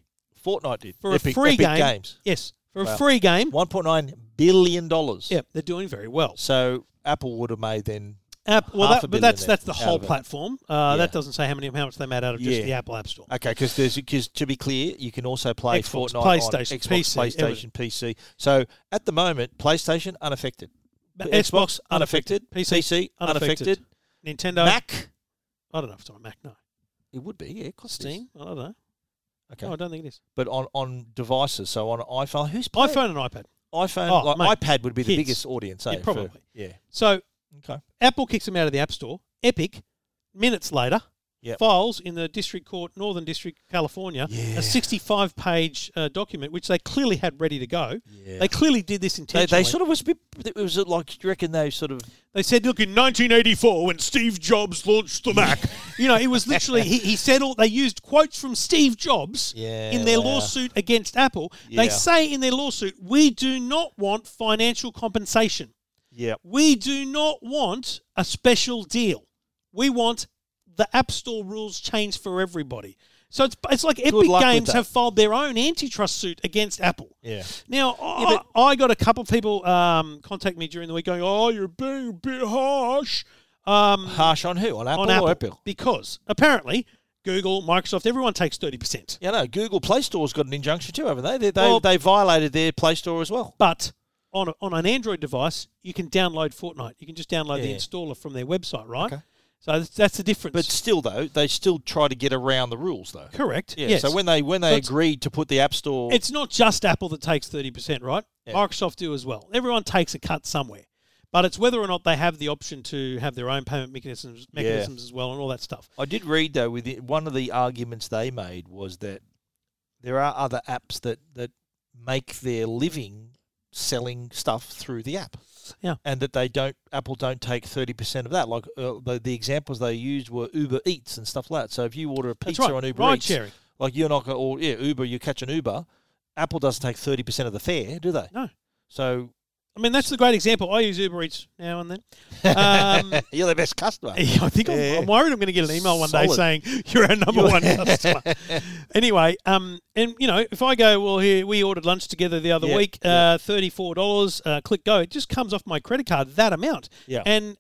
S1: Fortnite did
S2: for
S1: Epic,
S2: a free
S1: Epic
S2: game.
S1: Games.
S2: Yes, for
S1: Wow.
S2: a free game.
S1: One point nine billion dollars.
S2: Yeah, they're doing very well.
S1: So Apple would have made then.
S2: App, well,
S1: half
S2: that,
S1: a
S2: but
S1: billion
S2: that's
S1: then
S2: that's the
S1: out
S2: whole
S1: of it.
S2: platform. Uh, That
S1: Yeah.
S2: doesn't say how many how much they made out of just
S1: Yeah. Uh,
S2: the Apple App Store.
S1: Okay, because there's because to be clear, you can also play
S2: Xbox,
S1: Fortnite
S2: PlayStation,
S1: on Xbox,
S2: PC,
S1: PlayStation,
S2: everything.
S1: PC. So at the moment, PlayStation unaffected,
S2: But
S1: Xbox unaffected, PC unaffected,
S2: Nintendo.
S1: Mac.
S2: I don't know if it's on Mac. No.
S1: It would be yeah, 'cause it is.
S2: Steam. I don't know.
S1: Okay,
S2: No, I don't think it is.
S1: but on on devices, so on iPhone, who's playing?
S2: iPhone and iPad.
S1: iPhone,
S2: Oh,
S1: like
S2: mate,
S1: iPad would be the
S2: kids.
S1: biggest audience.
S2: Yeah,
S1: eh, for-
S2: probably.
S1: yeah.
S2: So
S1: Okay.
S2: Apple kicks them out of the App Store. Epic, minutes later,
S1: Yep.
S2: files in the District Court, Northern District, California,
S1: Yeah.
S2: a 65 page uh, document, which they clearly had ready to go.
S1: Yeah.
S2: They clearly did this
S1: They,
S2: intentionally.
S1: they sort of was a bit. It was uh, like do you reckon they sort of
S2: They said, look, in 1984, when Steve Jobs launched the Mac, you know, it was literally, he, he said all, they used quotes from Steve Jobs
S1: Yeah,
S2: in their
S1: wow.
S2: lawsuit against Apple. They
S1: Yeah.
S2: say in their lawsuit, we do not want financial compensation.
S1: yeah
S2: We do not want a special deal. We want the App Store rules changed for everybody. So it's, it's like Epic
S1: luck with
S2: Games
S1: that.
S2: have filed their own antitrust suit against Apple.
S1: yeah
S2: Now, I, I got a couple of people um, contact me during the week going, "Oh, you're being a bit harsh um,
S1: harsh on who on Apple
S2: on
S1: or
S2: Apple
S1: Apple?
S2: because apparently Google, Microsoft, everyone takes thirty percent,
S1: Yeah, no. Google Play Store's got an injunction too, haven't they? They they,
S2: Well-
S1: they violated their Play Store as well.
S2: but on a, on an Android device, you can download Fortnite. You can just download the
S1: Yeah.
S2: installer from their website, right?
S1: Okay.
S2: So that's, that's the difference.
S1: But still, though, they still try to get around the rules, though.
S2: correct.
S1: Yeah.
S2: yes.
S1: So when they when they
S2: But it's-
S1: agreed to put the App Store,
S2: it's not just Apple that takes 30%, right?
S1: Yeah.
S2: Microsoft do as well. Everyone takes a cut somewhere. But it's whether or not they have the option to have their own payment mechanisms, mechanisms as well and all that stuff.
S1: I did read though with it, one of the arguments they made was that there are other apps that that make their living selling stuff through the app.
S2: Yeah.
S1: And that they don't Apple don't take 30% of that. Like uh, the, the examples they used were Uber Eats and stuff like that. So if you order a
S2: That's
S1: pizza
S2: right.
S1: on Uber
S2: Ride
S1: Eats,
S2: sharing.
S1: like you're not going to or yeah, Uber you catch an Uber, Apple doesn't take 30% of the fare, do they?
S2: No.
S1: So
S2: I mean, that's the great example. I use Uber Eats now and then. Um,
S1: you're the best customer.
S2: I think I'm,
S1: Yeah.
S2: I'm worried I'm going to get an email one day
S1: Solid.
S2: saying you're our number
S1: You're-
S2: one customer. anyway, um, and you know, if I go, well, here we ordered lunch together the other
S1: Yeah,
S2: week,
S1: yeah.
S2: uh, thirty-four dollars. Uh, click go. It just comes off my credit card that amount.
S1: Yeah.
S2: And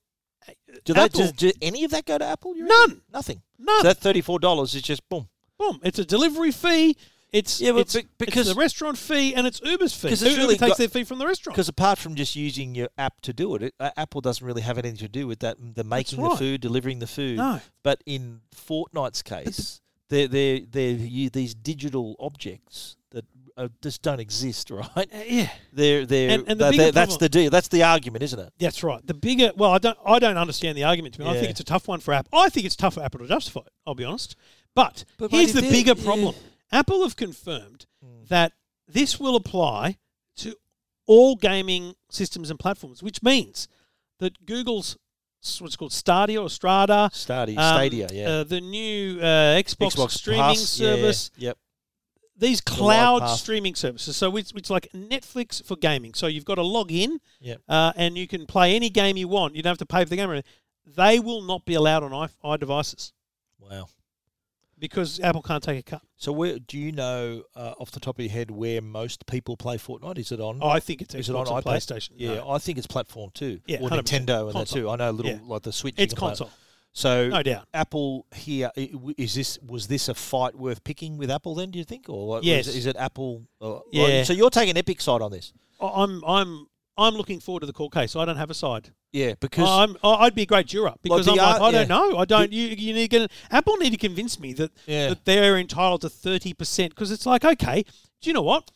S1: Do they
S2: Apple-
S1: does, do any of that go to Apple? you
S2: None.
S1: reckon? Nothing.
S2: None.
S1: So that $34 is just boom.
S2: boom, it's a delivery fee. It's
S1: Yeah, but
S2: it's,
S1: be-
S2: it's
S1: because-
S2: the restaurant fee and it's Uber's fee.
S1: 'Cause it's
S2: Uber
S1: really
S2: takes
S1: got-
S2: their fee from the restaurant.
S1: Because apart from just using your app to do it, it uh, Apple doesn't really have anything to do with that. The making
S2: right.
S1: the food, delivering the food.
S2: No.
S1: But in Fortnite's case, they're they're they're you, these digital objects that uh, just don't exist, right?
S2: Uh, yeah,
S1: They're they're,
S2: And- and the
S1: they're-
S2: bigger
S1: that's
S2: problem-
S1: the deal. That's the argument, isn't it?
S2: that's right. The bigger, well, I don't, I don't understand the argument. To me, I think
S1: Yeah.
S2: it's a tough one for Apple. I think it's tough for Apple to justify it. I'll be honest. But,
S1: But
S2: here's the
S1: mate, if they- Hmm.
S2: bigger problem: Apple have confirmed that this will apply to all gaming systems and platforms, which means that Google's s- what's it called Stadia or Strada.
S1: Stadia,
S2: Um,
S1: Stadia, yeah.
S2: uh, the new uh, Xbox, streaming
S1: Pass, yeah,
S2: service.
S1: Yep.
S2: These
S1: live
S2: cloud
S1: pass.
S2: streaming services. So it's, it's like Netflix for gaming. So you've got to log in
S1: Yep.
S2: uh, and you can play any game you want. You don't have to pay for the game. or anything. They will not be allowed on i- iDevices
S1: Wow.
S2: because Apple can't take a cut.
S1: So where do you know uh, off the top of your head where most people play Fortnite? Is it on?
S2: Oh, I think it's
S1: is it on
S2: Xbox and
S1: iPad?
S2: PlayStation.
S1: Yeah,
S2: No.
S1: I think it's platform too.
S2: Yeah,
S1: or
S2: 100%.
S1: Nintendo and that
S2: Console.
S1: too. I know little
S2: Yeah.
S1: like the Switch. you
S2: it's
S1: can play it.
S2: console.
S1: So
S2: No doubt.
S1: Apple here i- w- is this was this a fight worth picking with Apple then? Do you think, or what-
S2: Yes.
S1: is, is it Apple? Or,
S2: Yeah.
S1: So you're taking Epic side on this,
S2: I- I'm I'm I'm looking forward to the court case. I don't have a side.
S1: yeah? Because
S2: I'm, I- I'd be a great juror because
S1: the
S2: I'm like,
S1: art-
S2: I don't
S1: yeah.
S2: know. I don't. You, you need to get Apple need to convince me that
S1: Yeah.
S2: that they're entitled to thirty percent because it's like, okay, do you know what?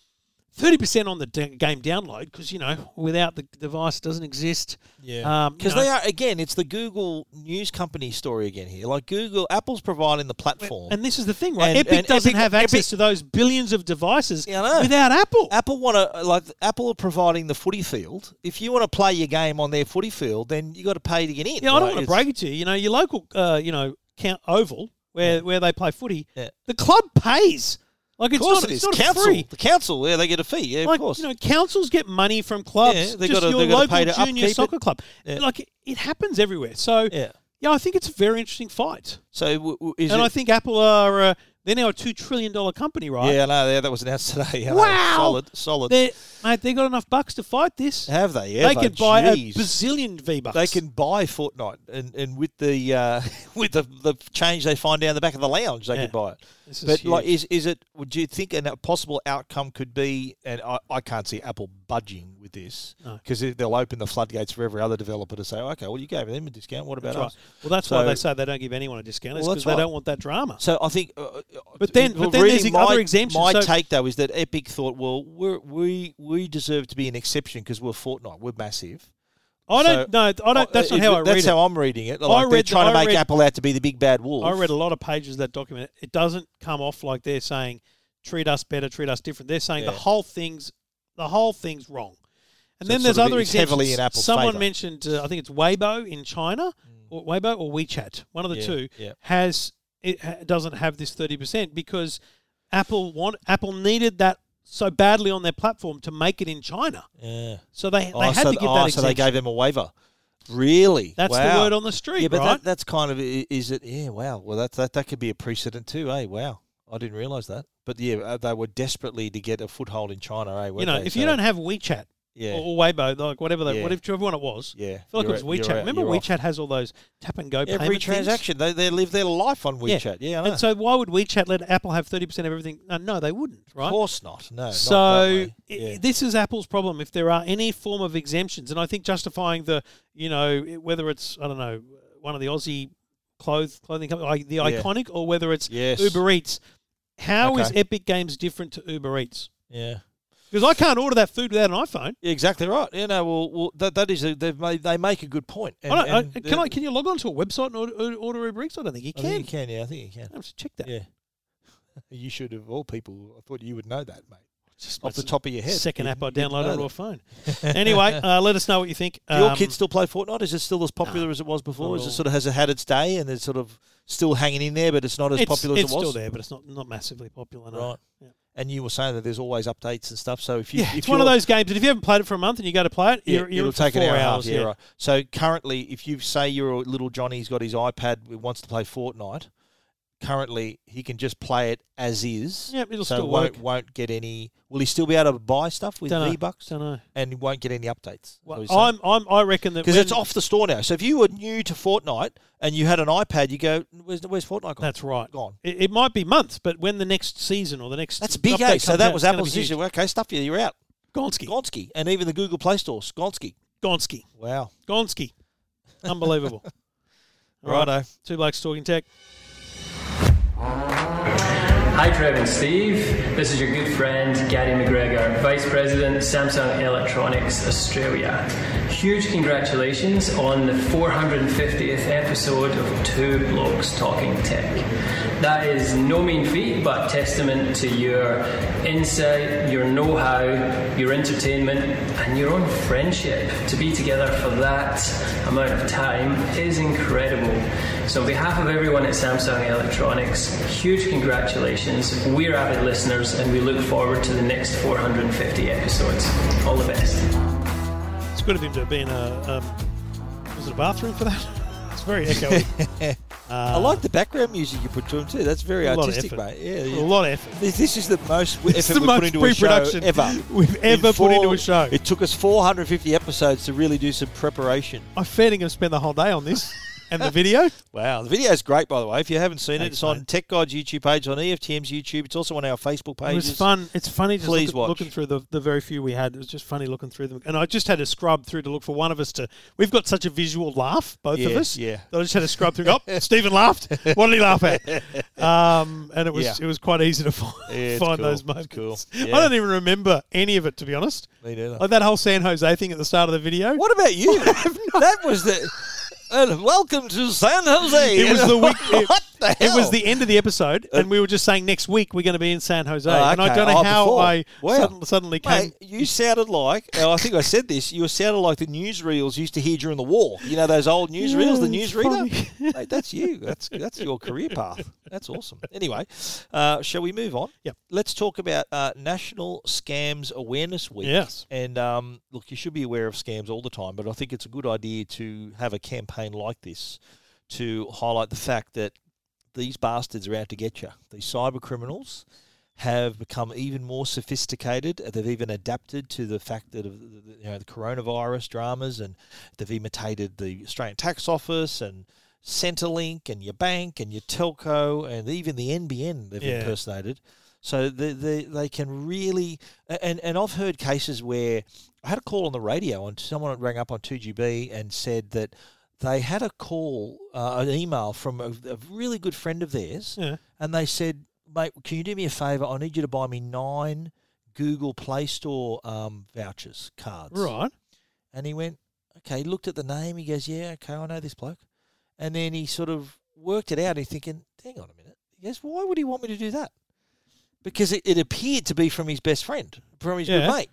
S2: Thirty percent on the d- game download because you know without the device it doesn't exist.
S1: Yeah.
S2: Um, you
S1: Because
S2: know.
S1: they are again, it's the Google news company story again here. Like Google, Apple's providing the platform.
S2: And this is the thing, right?
S1: And-
S2: Epic
S1: and
S2: doesn't
S1: Epic-
S2: have access
S1: Epic-
S2: to those billions of devices
S1: Yeah, I know.
S2: without Apple.
S1: Apple want to like Apple are providing the footy field. If you want to play your game on their footy field, then you got to pay to get in.
S2: Yeah, I don't
S1: Like,
S2: want to
S1: it's-
S2: break it to you. You know, your local, uh, you know, Count Oval where where they play footy,
S1: Yeah.
S2: the club pays. Like
S1: Of
S2: it's
S1: course
S2: not,
S1: it is.
S2: it's not
S1: council,
S2: free.
S1: the council, yeah, they get a fee. Yeah,
S2: like
S1: of course.
S2: you know, councils get money from clubs.
S1: Yeah, they
S2: just
S1: gotta-
S2: your
S1: they gotta
S2: local
S1: pay to
S2: junior
S1: upkeep it.
S2: soccer club.
S1: Yeah.
S2: Like it, it happens everywhere. So
S1: yeah.
S2: yeah, I think it's a very interesting fight,
S1: So w- w- is
S2: and
S1: it?
S2: I think Apple are uh, they're now a two trillion dollar company, right?
S1: yeah, no, yeah, that was announced today. I know.
S2: Wow.
S1: solid, solid.
S2: They mate, they got enough bucks to fight this.
S1: Have they? Yeah,
S2: they could buy a
S1: Jeez.
S2: bazillion V bucks.
S1: They can buy Fortnite, and, and with the uh, with the, the change they find down the back of the lounge, they
S2: Yeah.
S1: could buy it.
S2: This is
S1: But like,
S2: huge.
S1: is is it? Would you think an- a possible outcome could be? And I, I can't see Apple budging with this
S2: No.
S1: because they'll open the floodgates for every other developer to say, okay, well you gave them a discount. What about
S2: That's right.
S1: us?
S2: Well, that's why
S1: So-
S2: they say they don't give anyone a discount. It's
S1: Well,
S2: because
S1: that's
S2: they
S1: right.
S2: don't want that drama.
S1: So I think, uh,
S2: But then-
S1: uh,
S2: but then there's
S1: reading
S2: other
S1: my-
S2: exemptions.
S1: My
S2: So-
S1: take though is that Epic thought, well, we're, we we deserve to be an exception because we're Fortnite, we're massive.
S2: I don't
S1: So-
S2: know. I don't. Oh, That's not
S1: If-
S2: how I read
S1: that's
S2: it.
S1: how I'm reading it. Like, they're
S2: read-
S1: trying to
S2: I
S1: make
S2: read-
S1: Apple out to be the big bad wolf.
S2: I read a lot of pages of that document. It doesn't come off like they're saying treat us better, treat us different. They're saying the
S1: Yeah.
S2: whole thing's the whole thing's wrong. And
S1: So
S2: then
S1: it's
S2: there's
S1: sort of-
S2: other
S1: it's heavily
S2: examples.
S1: in Apple's
S2: Someone
S1: favour. Mm.
S2: mentioned, uh, I think it's Weibo in China, or Weibo or WeChat, one of the
S1: Yeah,
S2: two
S1: yeah.
S2: has it ha- doesn't have this thirty percent because Apple want Apple needed that so badly on their platform to make it in China.
S1: Yeah.
S2: So they, they
S1: Oh,
S2: had
S1: so,
S2: to give
S1: oh,
S2: that
S1: so they
S2: exemption.
S1: gave them a waiver. Really?
S2: That's the
S1: Wow.
S2: word on the street,
S1: Yeah, but
S2: right?
S1: that, that's kind of i- is it? Yeah, wow. Well, that that that could be a precedent too. Hey, wow. I didn't realize that. But yeah, uh, they were desperately to get a foothold in China. Eh,
S2: you
S1: weren't
S2: know,
S1: they?
S2: if you
S1: So,
S2: don't have WeChat
S1: yeah,
S2: or, or Weibo, like whatever, they,
S1: Yeah.
S2: whatever one it was,
S1: yeah,
S2: I feel like it
S1: you're-
S2: was WeChat.
S1: you're-
S2: Remember,
S1: you're off.
S2: WeChat has all those tap and go
S1: Every
S2: payment things?
S1: transaction, they, they live their life on
S2: Yeah.
S1: WeChat. Yeah, I know.
S2: And so, why would WeChat let Apple have thirty percent of everything? Uh, no, they wouldn't, right?
S1: of course not. No. not
S2: so
S1: that way.
S2: i-
S1: Yeah.
S2: this is Apple's problem. If there are any form of exemptions, and I think justifying the, you know, i- whether it's I don't know, one of the Aussie clothes clothing company, like the
S1: Yeah.
S2: iconic, or whether it's
S1: Yes.
S2: Uber Eats, how is
S1: Okay.
S2: Epic Games different to Uber Eats?
S1: yeah.
S2: Because I can't order that food without an iPhone.
S1: Yeah, Exactly right. You know, well, well that, that is a, they've made, they make a good point. And,
S2: I don't,
S1: and
S2: I, Oh, uh, can I?
S1: the-
S2: Can you log on to a website and order, order Uber Eats? I don't think you
S1: I
S2: can.
S1: think you can. Yeah, I think you can.
S2: I have to check that.
S1: Yeah. You should have all people. I thought you would know that, mate.
S2: Just
S1: Off the
S2: must-
S1: top of your head.
S2: Second
S1: You'd-
S2: app I
S1: you'd know
S2: downloaded
S1: that.
S2: on a phone. anyway, uh, let us know what you think.
S1: Do your
S2: Um,
S1: kids still play Fortnite? Is it still as popular as it was before?
S2: not
S1: Is
S2: at
S1: it
S2: all.
S1: sort of has it had its day and it's sort of still hanging in there, but it's not as
S2: it's,
S1: popular as
S2: it's
S1: it was?
S2: still there, but it's not not massively popular. No.
S1: Right.
S2: Yeah.
S1: And you were saying that there's alalways updates and stuff. So if you,
S2: Yeah,
S1: if
S2: it's one of
S1: you're-
S2: those games that if you haven't played it for a month and you go to play it,
S1: yeah,
S2: you're, you're
S1: it'll
S2: in for
S1: take
S2: four
S1: an hour and a half,
S2: hours.
S1: yeah, right. So currently, if you say your little Johnny's got his iPad, who wants to play Fortnite. Currently, he can just play it as is.
S2: Yep, it'll
S1: so
S2: still
S1: won't,
S2: work.
S1: Won't get any. Will he still be able to buy stuff with
S2: Dunno.
S1: V bucks
S2: Don't know.
S1: and he won't get any updates?
S2: Well, I'm, I'm, I reckon that
S1: because
S2: when-
S1: it's off the store now. So if you were new to Fortnite and you had an iPad, you go, "Where's, where's Fortnite gone?"
S2: That's right.
S1: Gone.
S2: It, it might be months, but when the next season or the next
S1: That's big,
S2: update
S1: eh?
S2: comes
S1: So
S2: out,
S1: that was
S2: it's gonna
S1: Apple's
S2: be huge.
S1: decision. Okay, stuff you, you're out.
S2: Gonski,
S1: Gonski, and even the Google Play Store, Gonski.
S2: Gonski,
S1: Wow.
S2: Gonski, unbelievable. All right,
S1: Righto.
S2: two blokes talking tech.
S8: Hi, Trev and Steve. This is your good friend Gary McGregor, Vice President, Samsung Electronics Australia. Huge congratulations on the 450th episode of Two Blokes Talking Tech. That is no mean feat, but testament to your insight, your know how, your entertainment, and your own friendship. To be together for that amount of time is incredible. So, on behalf of everyone at Samsung Electronics, huge congratulations. We're avid listeners and we look forward to the next 450 episodes. All the best.
S2: It's good of him to be in a. Um, was it a bathroom for that? It's very echoey.
S1: I like the background music you put to them too. That's very
S2: A lot of
S1: artistic,
S2: effort.
S1: mate. Yeah,
S2: a
S1: yeah.
S2: lot of effort.
S1: This, this is the most effort
S2: It's the
S1: we've
S2: most
S1: put into
S2: pre-production
S1: a show ever.
S2: we've
S1: In
S2: ever put into a show.
S1: It took us 450 episodes to really do some preparation.
S2: I fair dinkum spent the whole day on this and the video.
S1: Wow, the video's great, by the way. If you haven't seen it,
S2: Thanks,
S1: it's on
S2: mate.
S1: Tech Guide's YouTube page, on E EFTM's YouTube. It's also on our Facebook page.
S2: It was fun. It's funny just
S1: Please
S2: looking,
S1: watch.
S2: looking through the, the very few we had. It was just funny looking through them. And I just had to scrub through to look for one of us to. We've got such a visual laugh, both of
S1: Yeah,
S2: us.
S1: yeah.
S2: that I just had to scrub through. Oh, Stephen laughed. What did he laugh at? Um, and it was
S1: Yeah.
S2: it was quite easy to find,
S1: it's
S2: find
S1: cool.
S2: those
S1: It's
S2: moments.
S1: cool.
S2: I
S1: Yeah.
S2: don't even remember any of it, to be honest.
S1: Me neither.
S2: Like that whole San Jose thing at the start of the video.
S1: What about you? that was the. And welcome to San Jose.
S2: It was the week. It,
S1: what the hell? Uh,
S2: it was the end of the episode, and we were just saying next week we're going to be in San Jose,
S1: Oh,
S2: and I
S1: okay.
S2: don't know
S1: Oh,
S2: how
S1: before.
S2: I
S1: Wow.
S2: sudden- suddenly came.
S1: Mate, you sounded like, and I think I said this, you sounded like the newsreels used to hear during the war. You know those old newsreels, the
S2: Yeah, it's
S1: newsreader? Mate, that's you. That's that's your career path. That's awesome. Anyway, uh, shall we move on?
S2: Yep.
S1: Let's talk about uh, National Scams Awareness Week.
S2: Yes.
S1: And um, look, you should be aware of scams all the time, but I think it's a good idea to have a campaign like this to highlight the fact that these bastards are out to get you. These cyber criminals have become even more sophisticated. They've even adapted to the fact that of the- the- you know the coronavirus dramas, and they've imitated the Australian Tax Office and Centrelink and your bank and your telco, and even the NBN they've
S2: Yeah.
S1: impersonated. So they, they they can really a- and and I've heard cases where I had a call on the radio and someone rang up on 2GB and said that they had a call uh, an email from a, a really good friend of theirs
S2: Yeah.
S1: and they said, "Mate, can you do me a favor? I need you to buy me nine Google Play Store um, vouchers cards."
S2: Right.
S1: And he went, "Okay." He looked at the name. He goes, "Yeah, okay, I know this bloke." And then he sort of worked it out. He's thinking, "Hang on a minute." He goes, "Why would he want me to do that?" Because it, it appeared to be from his best friend, from his
S2: Yeah.
S1: good mate,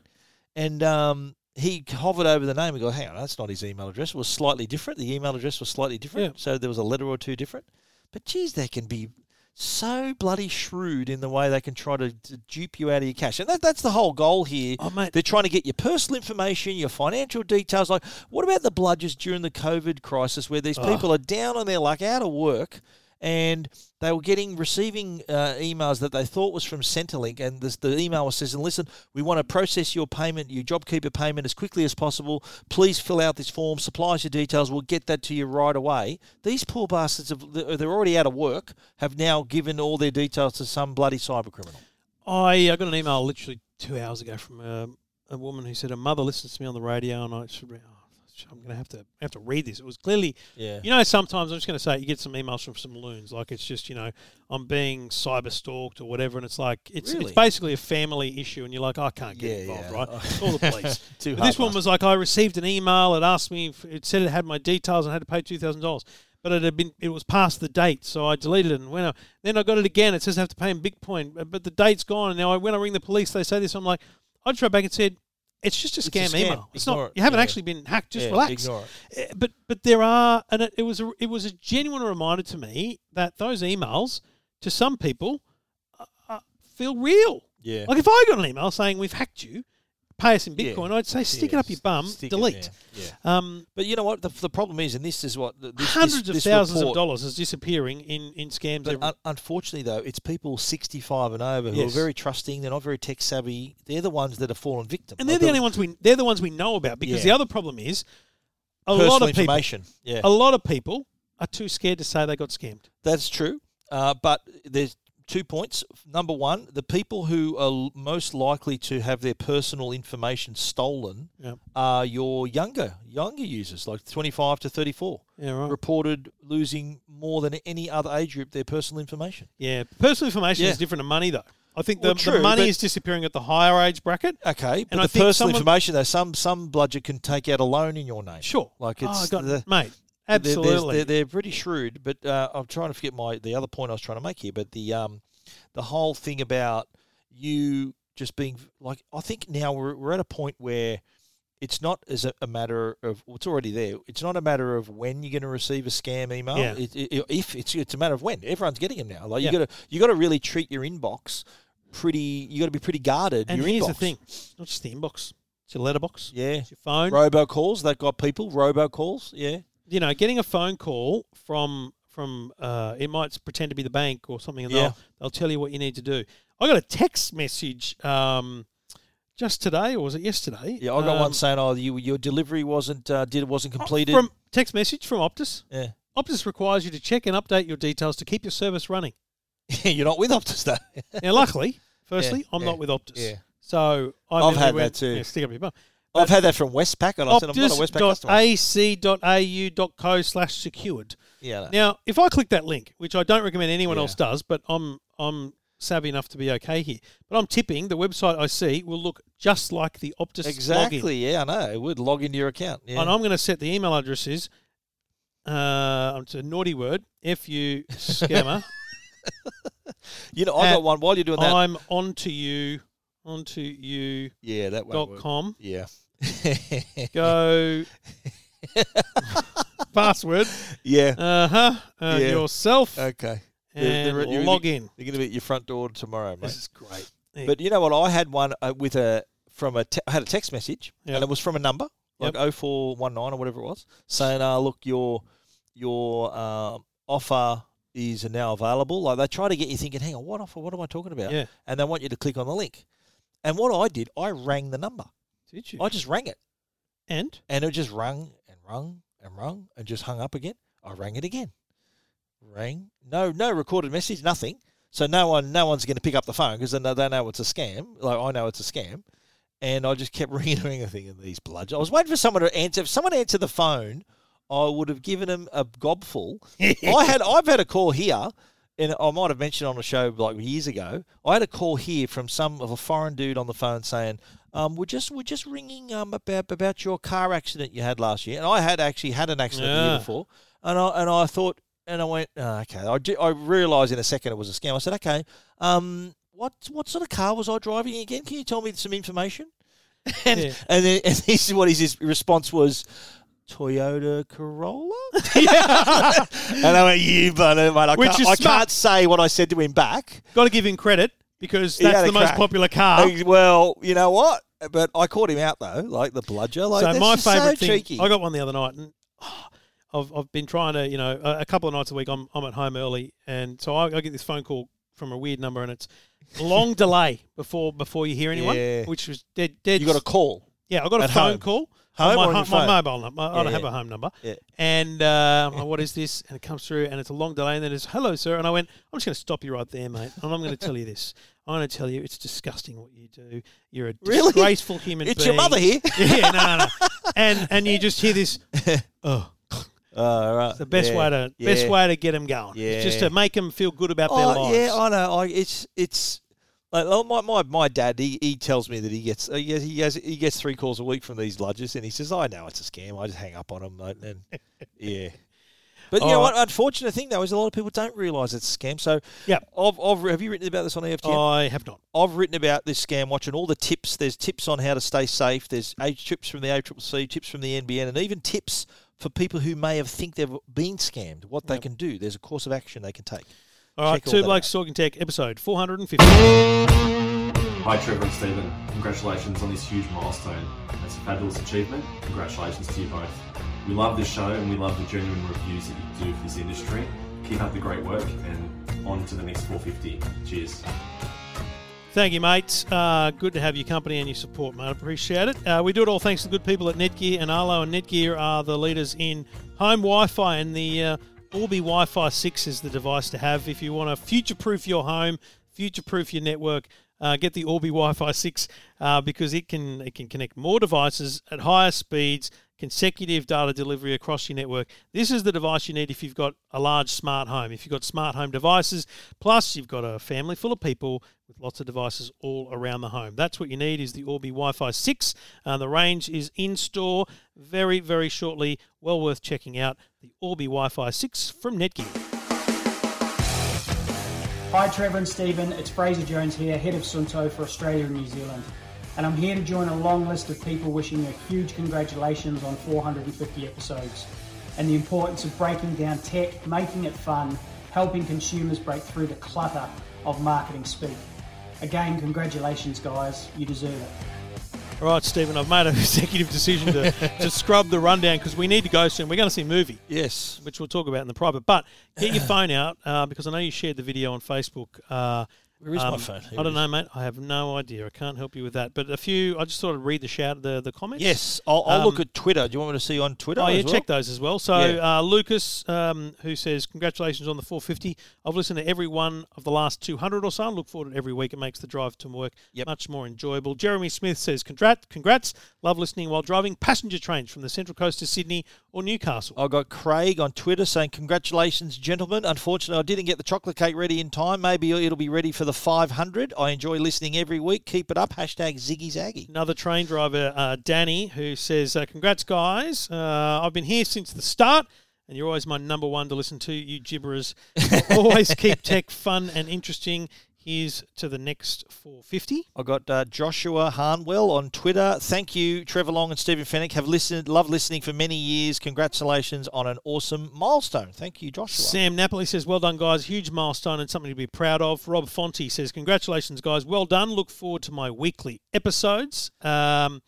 S1: and um, he hovered over the name and go, "Hang on, that's not his email address. It was slightly different. The email address was slightly different,
S2: Yeah.
S1: so there was a letter or two different." But geez, they can be so bloody shrewd in the way they can try to, to dupe you out of your cash. And that, that's the whole goal here.
S2: Oh, mate.
S1: They're trying to get your personal information, your financial details. Like, what about the bludgers during the COVID crisis where these people are down on their luck, out of work, and they were getting receiving uh, emails that they thought was from Centrelink, and this, the email was says, "Listen, we want to process your payment, your JobKeeper payment, as quickly as possible. Please fill out this form, supply us your details. We'll get that to you right away." These poor bastards have—they're already out of work. Have now given all their details to some bloody cyber criminal.
S2: I, I got an email literally two hours ago from a, a woman who said her mother listens to me on the radio, and I should. re- Oh, I'm going to have to have to read this. It was clearly,
S1: Yeah.
S2: you know, sometimes I'm just going to say you get some emails from some loons, like it's just you know I'm being cyber stalked or whatever, and it's like it's it's
S1: Really?
S2: basically a family issue, and you're like I can't get
S1: Yeah,
S2: involved,
S1: yeah.
S2: right? It's all the police.
S1: Too
S2: But this
S1: hard
S2: one was like, I received an email. It asked me. If, it said it had my details and I had to pay two thousand dollars. But it had been. It was past the date, so I deleted it. And when I then I got it again, it says I have to pay in Bitcoin, uh, but- but the date's gone. And now I, when I ring the police, they say this. I'm like, I just wrote back and said, it's just a
S1: a
S2: scam,
S1: scam.
S2: email. It's
S1: Ignore
S2: not.
S1: it.
S2: You haven't
S1: Yeah.
S2: actually been hacked. Just
S1: Yeah,
S2: relax.
S1: ignore
S2: Eh, But but there are, and it, it was a, it was a genuine reminder to me that those emails to some people uh, feel real.
S1: Yeah.
S2: Like if I got an email saying we've hacked you, pay us in
S1: Yeah.
S2: Bitcoin, I'd say stick it up your bum,
S1: Stick it
S2: delete.
S1: there, yeah.
S2: Um,
S1: But you know what? The, the problem is, and this is what the, this,
S2: hundreds
S1: this,
S2: of
S1: this
S2: thousands
S1: report-
S2: of dollars is disappearing in in scams.
S1: But uh,
S2: every-
S1: un- unfortunately, though, it's people 65 and over who
S2: Yes.
S1: are very trusting. They're not very tech savvy. They're the ones that have fallen victim.
S2: and they're
S1: Like
S2: the only ones we they're the ones we know about because the
S1: Yeah.
S2: other problem is a
S1: personal
S2: lot of people
S1: information. Yeah,
S2: a lot of people are too scared to say they got scammed.
S1: that's true. Uh, but there's two points. Number one, the people who are l- most likely to have their personal information stolen
S2: Yeah.
S1: are your younger younger users, like 25 to 34.
S2: Yeah, right.
S1: Reported losing more than any other age group their personal information.
S2: Yeah, personal information
S1: Yeah.
S2: is different to money, though. I think the,
S1: Well,
S2: the
S1: true,
S2: money
S1: but- Uh,
S2: is disappearing at the higher age bracket.
S1: Okay, but
S2: And I
S1: the
S2: think
S1: personal
S2: someone-
S1: information though, some some bludger can take out a loan in your name.
S2: Sure,
S1: like
S2: Oh,
S1: it's
S2: I got-
S1: the,
S2: mate,
S1: they're- they're-
S2: absolutely.
S1: They're, they're pretty shrewd, but uh, I'm trying to forget my the other point I was trying to make here. But the um, the whole thing about you just being like, I think now we're we're at a point where it's not as a, a matter of well, it's already there. It's not a matter of when you're going to receive a scam email.
S2: Yeah.
S1: It, it- if it's it's a matter of when everyone's getting them now. Like
S2: Yeah.
S1: you got to you got to really treat your inbox pretty. You got to be pretty guarded.
S2: and
S1: your
S2: here's the
S1: inbox.
S2: thing: it's not just the inbox, it's your letterbox,
S1: Yeah.
S2: it's your phone.
S1: Robocalls, they've got people, robocalls, yeah.
S2: You know, getting a phone call from from uh, it might pretend to be the bank or something, and
S1: Yeah.
S2: they'll they'll tell you what you need to do. I got a text message um, just today, or was it yesterday?
S1: Yeah, I got
S2: Um, Oh,
S1: one saying, "Oh, you, your delivery wasn't uh, did wasn't completed."
S2: From text message from Optus.
S1: yeah,
S2: Optus requires you to check and update your details to keep your service running.
S1: you're not with Optus though.
S2: Now, luckily, firstly, I'm
S1: yeah,
S2: not with Optus.
S1: yeah.
S2: So I'm
S1: I've had
S2: everywhere-
S1: that too.
S2: Yeah, stick up your bum.
S1: I've had that from Westpac, and I said, "I'm not a Westpac customer."
S2: Optus.ac.au.co slash secured.
S1: yeah, no.
S2: Now, if I click that link, which I don't recommend anyone
S1: Yeah.
S2: else does, but I'm I'm savvy enough to be okay here. But I'm tipping the website I see will look just like the Optus login.
S1: exactly. Yeah, I know. It would log into your account. Yeah,
S2: And I'm going to set the email addresses. Uh, it's a naughty word. F you scammer.
S1: you know, I
S2: at-
S1: got one while you're doing that.
S2: I'm onto you. Onto you.
S1: yeah, that won't
S2: Dot
S1: work.
S2: com.
S1: Yeah,
S2: Go. Password.
S1: yeah.
S2: Uh huh. Uh,
S1: Yeah.
S2: Yourself.
S1: Okay,
S2: And
S1: They're- they're-
S2: log in.
S1: They're going to be at your front door tomorrow, mate.
S2: This is great. Yeah.
S1: But you know what? I had one uh, with a from a te- I had a text message,
S2: Yep.
S1: and it was from a number like oh four one nine or whatever it was, saying, "Ah, look, your your um, offer is now available." Like they try to get you thinking, "Hang on, what offer? What am I talking about?"
S2: Yeah.
S1: And they want you to click on the link. And what I did, I rang the number.
S2: Did you?
S1: I just rang it,
S2: and
S1: and it just rung and rung and rung and just hung up again. I rang it again, rang. No, no recorded message, nothing. So no one, no one's going to pick up the phone because they know, they know it's a scam. Like I know it's a scam, and I just kept ringing, ringing the thing. And these bludgeons. I was waiting for someone to answer. If someone answered the phone, I would have given him a gobful. I had, I've had a call here. And I might have mentioned on a show like years ago. I had a call here from some of a foreign dude on the phone saying, um, "We're just we're just ringing um, about about your car accident you had last year." And I had actually had an accident the
S2: Yeah.
S1: year before, and I and I thought, and I went, oh, "Okay." I, do, I realized in a second it was a scam. I said, "Okay, um, what what sort of car was I driving again? Can you tell me some information?" And
S2: Yeah.
S1: and then and this is what his, his response was. Toyota Corolla, and I went, "You bugger, mate! I,
S2: Which
S1: can't,
S2: is
S1: I
S2: smart.
S1: can't say what I said to him back."
S2: got to give him credit because
S1: He
S2: that's
S1: had a
S2: the most
S1: crack.
S2: popular car.
S1: Uh, Well, you know what? But I caught him out though, like the bludger. Like
S2: so
S1: that's
S2: my
S1: just so
S2: favourite thing,
S1: Cheeky.
S2: I got one the other night, and oh, I've I've been trying to, you know, a, a couple of nights a week, I'm I'm at home early, and so I, I get this phone call from a weird number, and it's long delay before before you hear anyone,
S1: Yeah.
S2: which was dead dead.
S1: you got a call.
S2: yeah, I got a
S1: at
S2: phone
S1: home.
S2: call.
S1: Home
S2: on my,
S1: or on
S2: hu- my
S1: your phone?
S2: mobile number. I I
S1: Yeah,
S2: don't have
S1: yeah.
S2: a home number.
S1: Yeah.
S2: And uh, I'm like, what is this? And it comes through, and it's a long delay, and then it's hello, sir. And I went, I'm just going to stop you right there, mate, and I'm going to tell you this. I'm going to tell you, it's disgusting what you do. You're a
S1: Really?
S2: disgraceful human.
S1: It's
S2: being.
S1: your mother here.
S2: Yeah, no, no. And and you just hear this. Oh,
S1: Oh, right.
S2: the best
S1: Yeah.
S2: way to
S1: Yeah.
S2: best way to get them going. It's just
S1: Yeah.
S2: to make them feel good about their
S1: Oh,
S2: lives.
S1: yeah, I know. I, it's it's like oh, my, my my dad. He, he tells me that he gets he gets, he gets he gets three calls a week from these lodges, and he says, "I know it's a scam. I just hang up on them." And, and yeah. But you know
S2: Oh.
S1: what? Unfortunate thing though is a lot of people don't realise it's a scam. So
S2: Yep. Oh.
S1: I've, I've, have you written about this on E EFTM?
S2: I have not.
S1: I've written about this scam watch and all the tips. There's tips on how to stay safe. There's A tips from the ACCC, tips from the NBN, and even tips for people who may have think they've been scammed. What they can do. There's a course of action they can take.
S2: All right,
S1: Check all
S2: two
S1: that
S2: blokes
S1: out.
S2: talking tech, episode 450.
S9: Hi Trevor and Stephen, congratulations on this huge milestone. That's a fabulous achievement. Congratulations to you both. We love this show and we love the genuine reviews that you do for this industry. Keep up the great work and on to the next 450. Cheers.
S2: Thank you, mate. Uh, good to have your company and your support, mate. Appreciate it. Uh, we do it all thanks to the good people at Netgear and Arlo. And Netgear are the leaders in home Wi-Fi, and the uh, Orbi Wi-Fi 6 is the device to have if you want to future-proof your home, future-proof your network. Uh, get the Orbi Wi-Fi 6 uh, because it can it can connect more devices at higher speeds, consecutive data delivery across your network. This is the device you need if you've got a large smart home, if you've got smart home devices, plus you've got a family full of people with lots of devices all around the home. That's what you need is the Orbi Wi-Fi 6. and the range is in store very, very shortly. Well worth checking out the Orbi Wi-Fi 6 from Netgear.
S10: Hi Trevor and Stephen, it's Fraser Jones here, head of Sunto for Australia and New Zealand. And I'm here to join a long list of people wishing you a huge congratulations on 450 episodes and the importance of breaking down tech, making it fun, helping consumers break through the clutter of marketing speak. Again, congratulations, guys, you deserve it.
S2: All right, Stephen, I've made an executive decision to, to scrub the rundown because we need to go soon. We're going to see a movie,
S1: Yes.
S2: which we'll talk about in the private. But get your phone out uh, because I know you shared the video on Facebook. Uh,
S1: Where is my
S2: um,
S1: phone? Here
S2: I
S1: it
S2: don't
S1: is.
S2: know, mate. I have no idea. I can't help you with that. But a few, I just thought I'd read the shout, the, the comments.
S1: Yes, I'll, I'll look
S2: Um,
S1: at Twitter. Do you want me to see on Twitter?
S2: Oh, yeah,
S1: as well?
S2: check those as well. So,
S1: Yeah.
S2: uh, Lucas, um, who says, Congratulations on the 450. I've listened to every one of the last 200 or so. I look forward to it every week. It makes the drive to work
S1: Yep.
S2: much more enjoyable. Jeremy Smith says, Congrats. congrats. Love listening while driving passenger trains from the Central Coast to Sydney or Newcastle.
S1: I got Craig on Twitter saying, Congratulations, gentlemen. Unfortunately, I didn't get the chocolate cake ready in time. Maybe it'll be ready for the 500. I enjoy listening every week. Keep it up. Hashtag Ziggy Zaggy.
S2: Another train driver, uh, Danny, who says, uh, Congrats, guys. Uh, I've been here since the start, and you're always my number one to listen to, you gibberers. always keep tech fun and interesting. Here's to the next 450.
S1: I got uh, Joshua Harnwell on Twitter. Thank you, Trevor Long and Stephen Fennick. Have listened, loved listening for many years. Congratulations on an awesome milestone. Thank you, Joshua.
S2: Sam Napoli says, Well done, guys. Huge milestone and something to be proud of. Rob Fonte says, Congratulations, guys. Well done. Look forward to my weekly episodes. Um,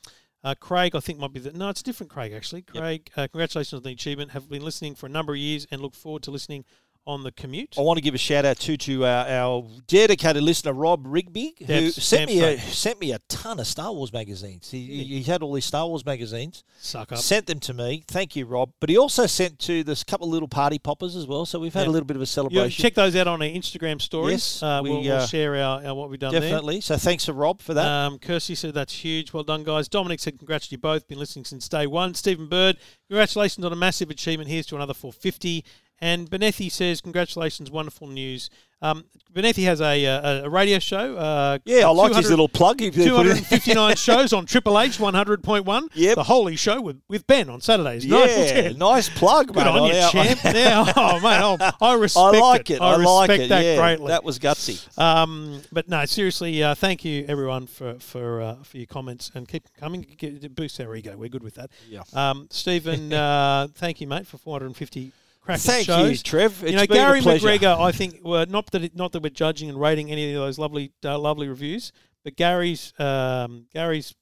S2: uh, Craig, I think, might be the. No, it's a different Craig, actually. Craig, uh, congratulations on the achievement. Have been listening for a number of years and look forward to listening on the commute.
S1: I want to give a shout out too to our, our dedicated listener Rob Rigby, who
S2: Debs,
S1: sent me a,
S2: Debs, mate.
S1: sent me a ton of Star Wars magazines. He, he had all these Star Wars magazines,
S2: Suck up.
S1: sent them to me. Thank you, Rob. But he also sent to this couple of little party poppers as well. So we've had
S2: Yeah.
S1: a little bit of a
S2: You
S1: celebration.
S2: check those out on our Instagram stories.
S1: Yes,
S2: uh,
S1: we,
S2: we'll, we'll
S1: uh,
S2: share our, our what we've done there.
S1: Definitely. So thanks to Rob for that.
S2: Um, Kirsty said that's huge. Well done, guys. Dominic said congrats to you both. Been listening since day one. Stephen Bird, congratulations on a massive achievement. Here's to another 450. And Benethi says congratulations, wonderful news. Um, Benethi has a, uh, a, a radio show. Uh,
S1: yeah, I like his
S2: 200
S1: little plug. He put in-
S2: 259 shows on Triple H 100.1.
S1: Yep.
S2: The Holy Show with, with Ben on Saturdays. Nice.
S1: yeah, nice plug,
S2: Good
S1: mate.
S2: on you,
S1: I- I-
S2: champ. Yeah, oh, mate, I, I
S1: I
S2: respect
S1: like it. I, like
S2: respect
S1: it.
S2: that
S1: yeah,
S2: greatly.
S1: that was gutsy.
S2: Um, but no, seriously, uh, thank you everyone for for uh, for your comments and keep coming. Get, it boosts our ego. We're good with that.
S1: Yeah.
S2: Um, Stephen, uh, thank you, mate, for 450 cracking
S1: Thank you,
S2: shows.
S1: Trev. It's
S2: you know,
S1: been a
S2: Gary
S1: pleasure.
S2: McGregor. I think well, not that it, not that we're judging and rating any of those lovely uh, lovely reviews, but Gary's um, Gary's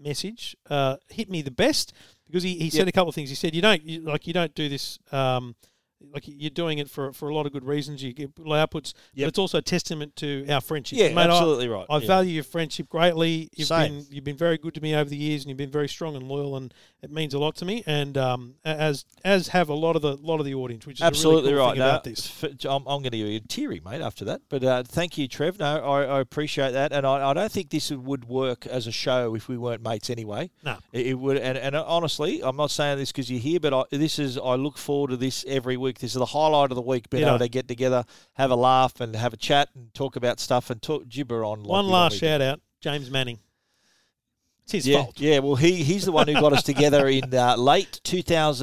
S2: message uh, hit me the best because he, he said a couple of things. He said you don't you, like you don't do this. Um, like you're doing it for, for a lot of good reasons. You get good outputs, but
S1: Yep.
S2: it's also a testament to our friendship.
S1: Yeah,
S2: I-
S1: absolutely right.
S2: I
S1: Yeah.
S2: value your friendship greatly. You've
S1: Same.
S2: been you've been very good to me over the years, and you've been very strong and loyal, and it means a lot to me. And um, a- as as have a lot of the lot of the audience, which is
S1: Absolutely
S2: a really cool thing
S1: right. No,
S2: about this.
S1: f- I'm, I'm going to get teary, mate, after that. But uh, thank you, Trev. No, I, I appreciate that, and I, I don't think this would work as a show if we weren't mates anyway.
S2: No.
S1: it, it would. And, and honestly, I'm not saying this because you're here, but I, this is. I look forward to this every week. This is the highlight of the week. Being
S2: Yeah.
S1: able to get together, have a laugh, and have a chat, and talk about stuff, and talk gibber on. like
S2: One
S1: we
S2: last
S1: normally do.
S2: shout out, James Manning. It's his
S1: yeah,
S2: fault.
S1: yeah. Well, he he's the one who got us together in uh, late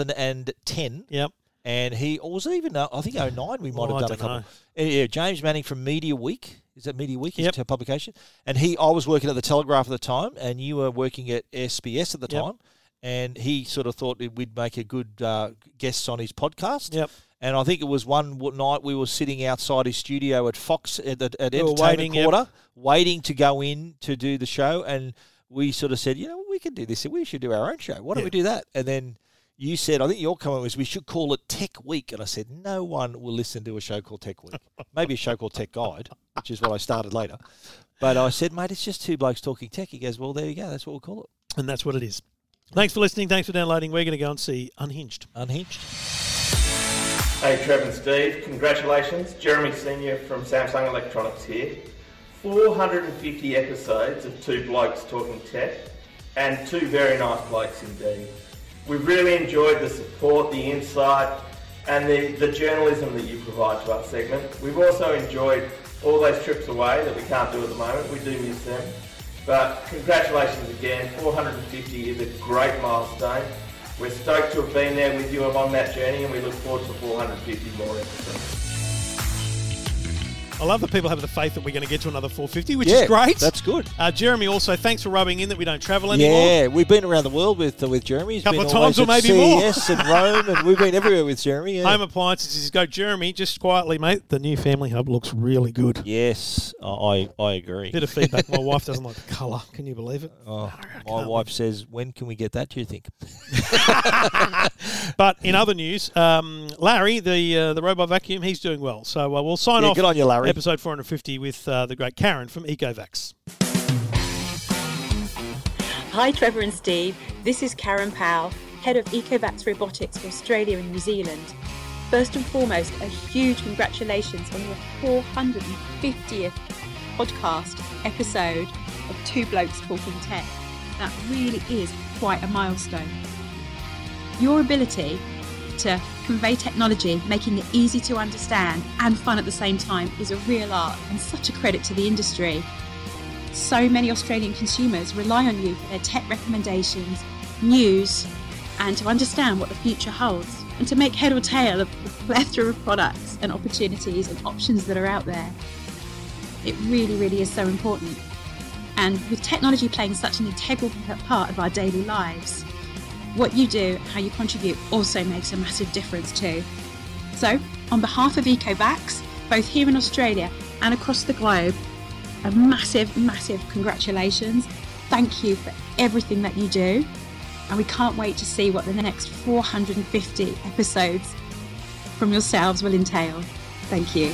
S1: 2010.
S2: Yep.
S1: and he or was it even uh, I think 09 we might
S2: Oh, I
S1: have done a
S2: dunno.
S1: couple. Uh, Yeah, James Manning from Media Week. Is that Media Week?
S2: Yep.
S1: His publication. And he, I was working at the Telegraph at the time, and you were working at SBS at the
S2: Yep.
S1: time. And he sort of thought that we'd make a good uh, guest on his podcast.
S2: Yep.
S1: And I think it was one w- night we were sitting outside his studio at Fox at, at, at
S2: We were
S1: Entertainment
S2: waiting, yep.
S1: Quarter, waiting to go in to do the show, and we sort of said, you know, we can do this. We should do our own show. Why
S2: Yeah.
S1: don't we do that? And then you said, I think your comment was we should call it Tech Week, and I said no one will listen to a show called Tech Week. Maybe a show called Tech Guide, which is what I started later. But I said, mate, it's just two blokes talking tech. He goes, well, there you go. That's what we'll call it.
S2: And that's what it is. Thanks for listening. Thanks for downloading. We're going to go and see Unhinged.
S1: Unhinged.
S11: Hey Trev and Steve, congratulations. Jeremy Senior from Samsung Electronics here. 450 episodes of Two Blokes Talking Tech, and two very nice blokes indeed.
S8: We really enjoyed the support, the insight, and the, the journalism that you provide to our segment. We've also enjoyed all those trips away that we can't do at the moment. We do miss them. But congratulations again. 450 is a great milestone. We're stoked to have been there with you along that journey and we look forward to 450 more episodes.
S2: I love that people have the faith that we're going to get to another 450, which
S1: yeah,
S2: is great.
S1: That's good.
S2: Uh, Jeremy, also, thanks for rubbing in that we don't travel anymore.
S1: Yeah, we've been around the world with uh, with Jeremy. He's
S2: Couple
S1: been
S2: of times
S1: always
S2: or maybe
S1: at
S2: more.
S1: CES and Rome, and we've been everywhere with Jeremy. yeah.
S2: Home appliances is go, Jeremy, just quietly, mate. The new family hub looks really good.
S1: Yes, I I I agree.
S2: Bit of feedback. My wife doesn't like the colour. Can you believe it?
S1: Oh, my wife says, when can we get that? Do you think?
S2: But in other news, um, Larry, the uh, the robot vacuum, he's doing well. So uh, we'll sign
S1: Yeah,
S2: off.
S1: good on you, Larry.
S2: Episode 450 with uh, the great Karen from EcoVax.
S12: Hi, Trevor and Steve. This is Karen Powell, head of EcoVax Robotics for Australia and New Zealand. First and foremost, a huge congratulations on your 450th podcast episode of Two Blokes Talking Tech. That really is quite a milestone. Your ability to convey technology, making it easy to understand and fun at the same time, is a real art and such a credit to the industry. So many Australian consumers rely on you for their tech recommendations, news, and to understand what the future holds, and to make head or tail of the plethora of products and opportunities and options that are out there. It really, really is so important. And with technology playing such an integral p- part of our daily lives, what you do, how you contribute, also makes a massive difference too. So, on behalf of EcoVax, both here in Australia and across the globe, a massive, massive congratulations. Thank you for everything that you do. And we can't wait to see what the next 450 episodes from yourselves will entail. Thank you.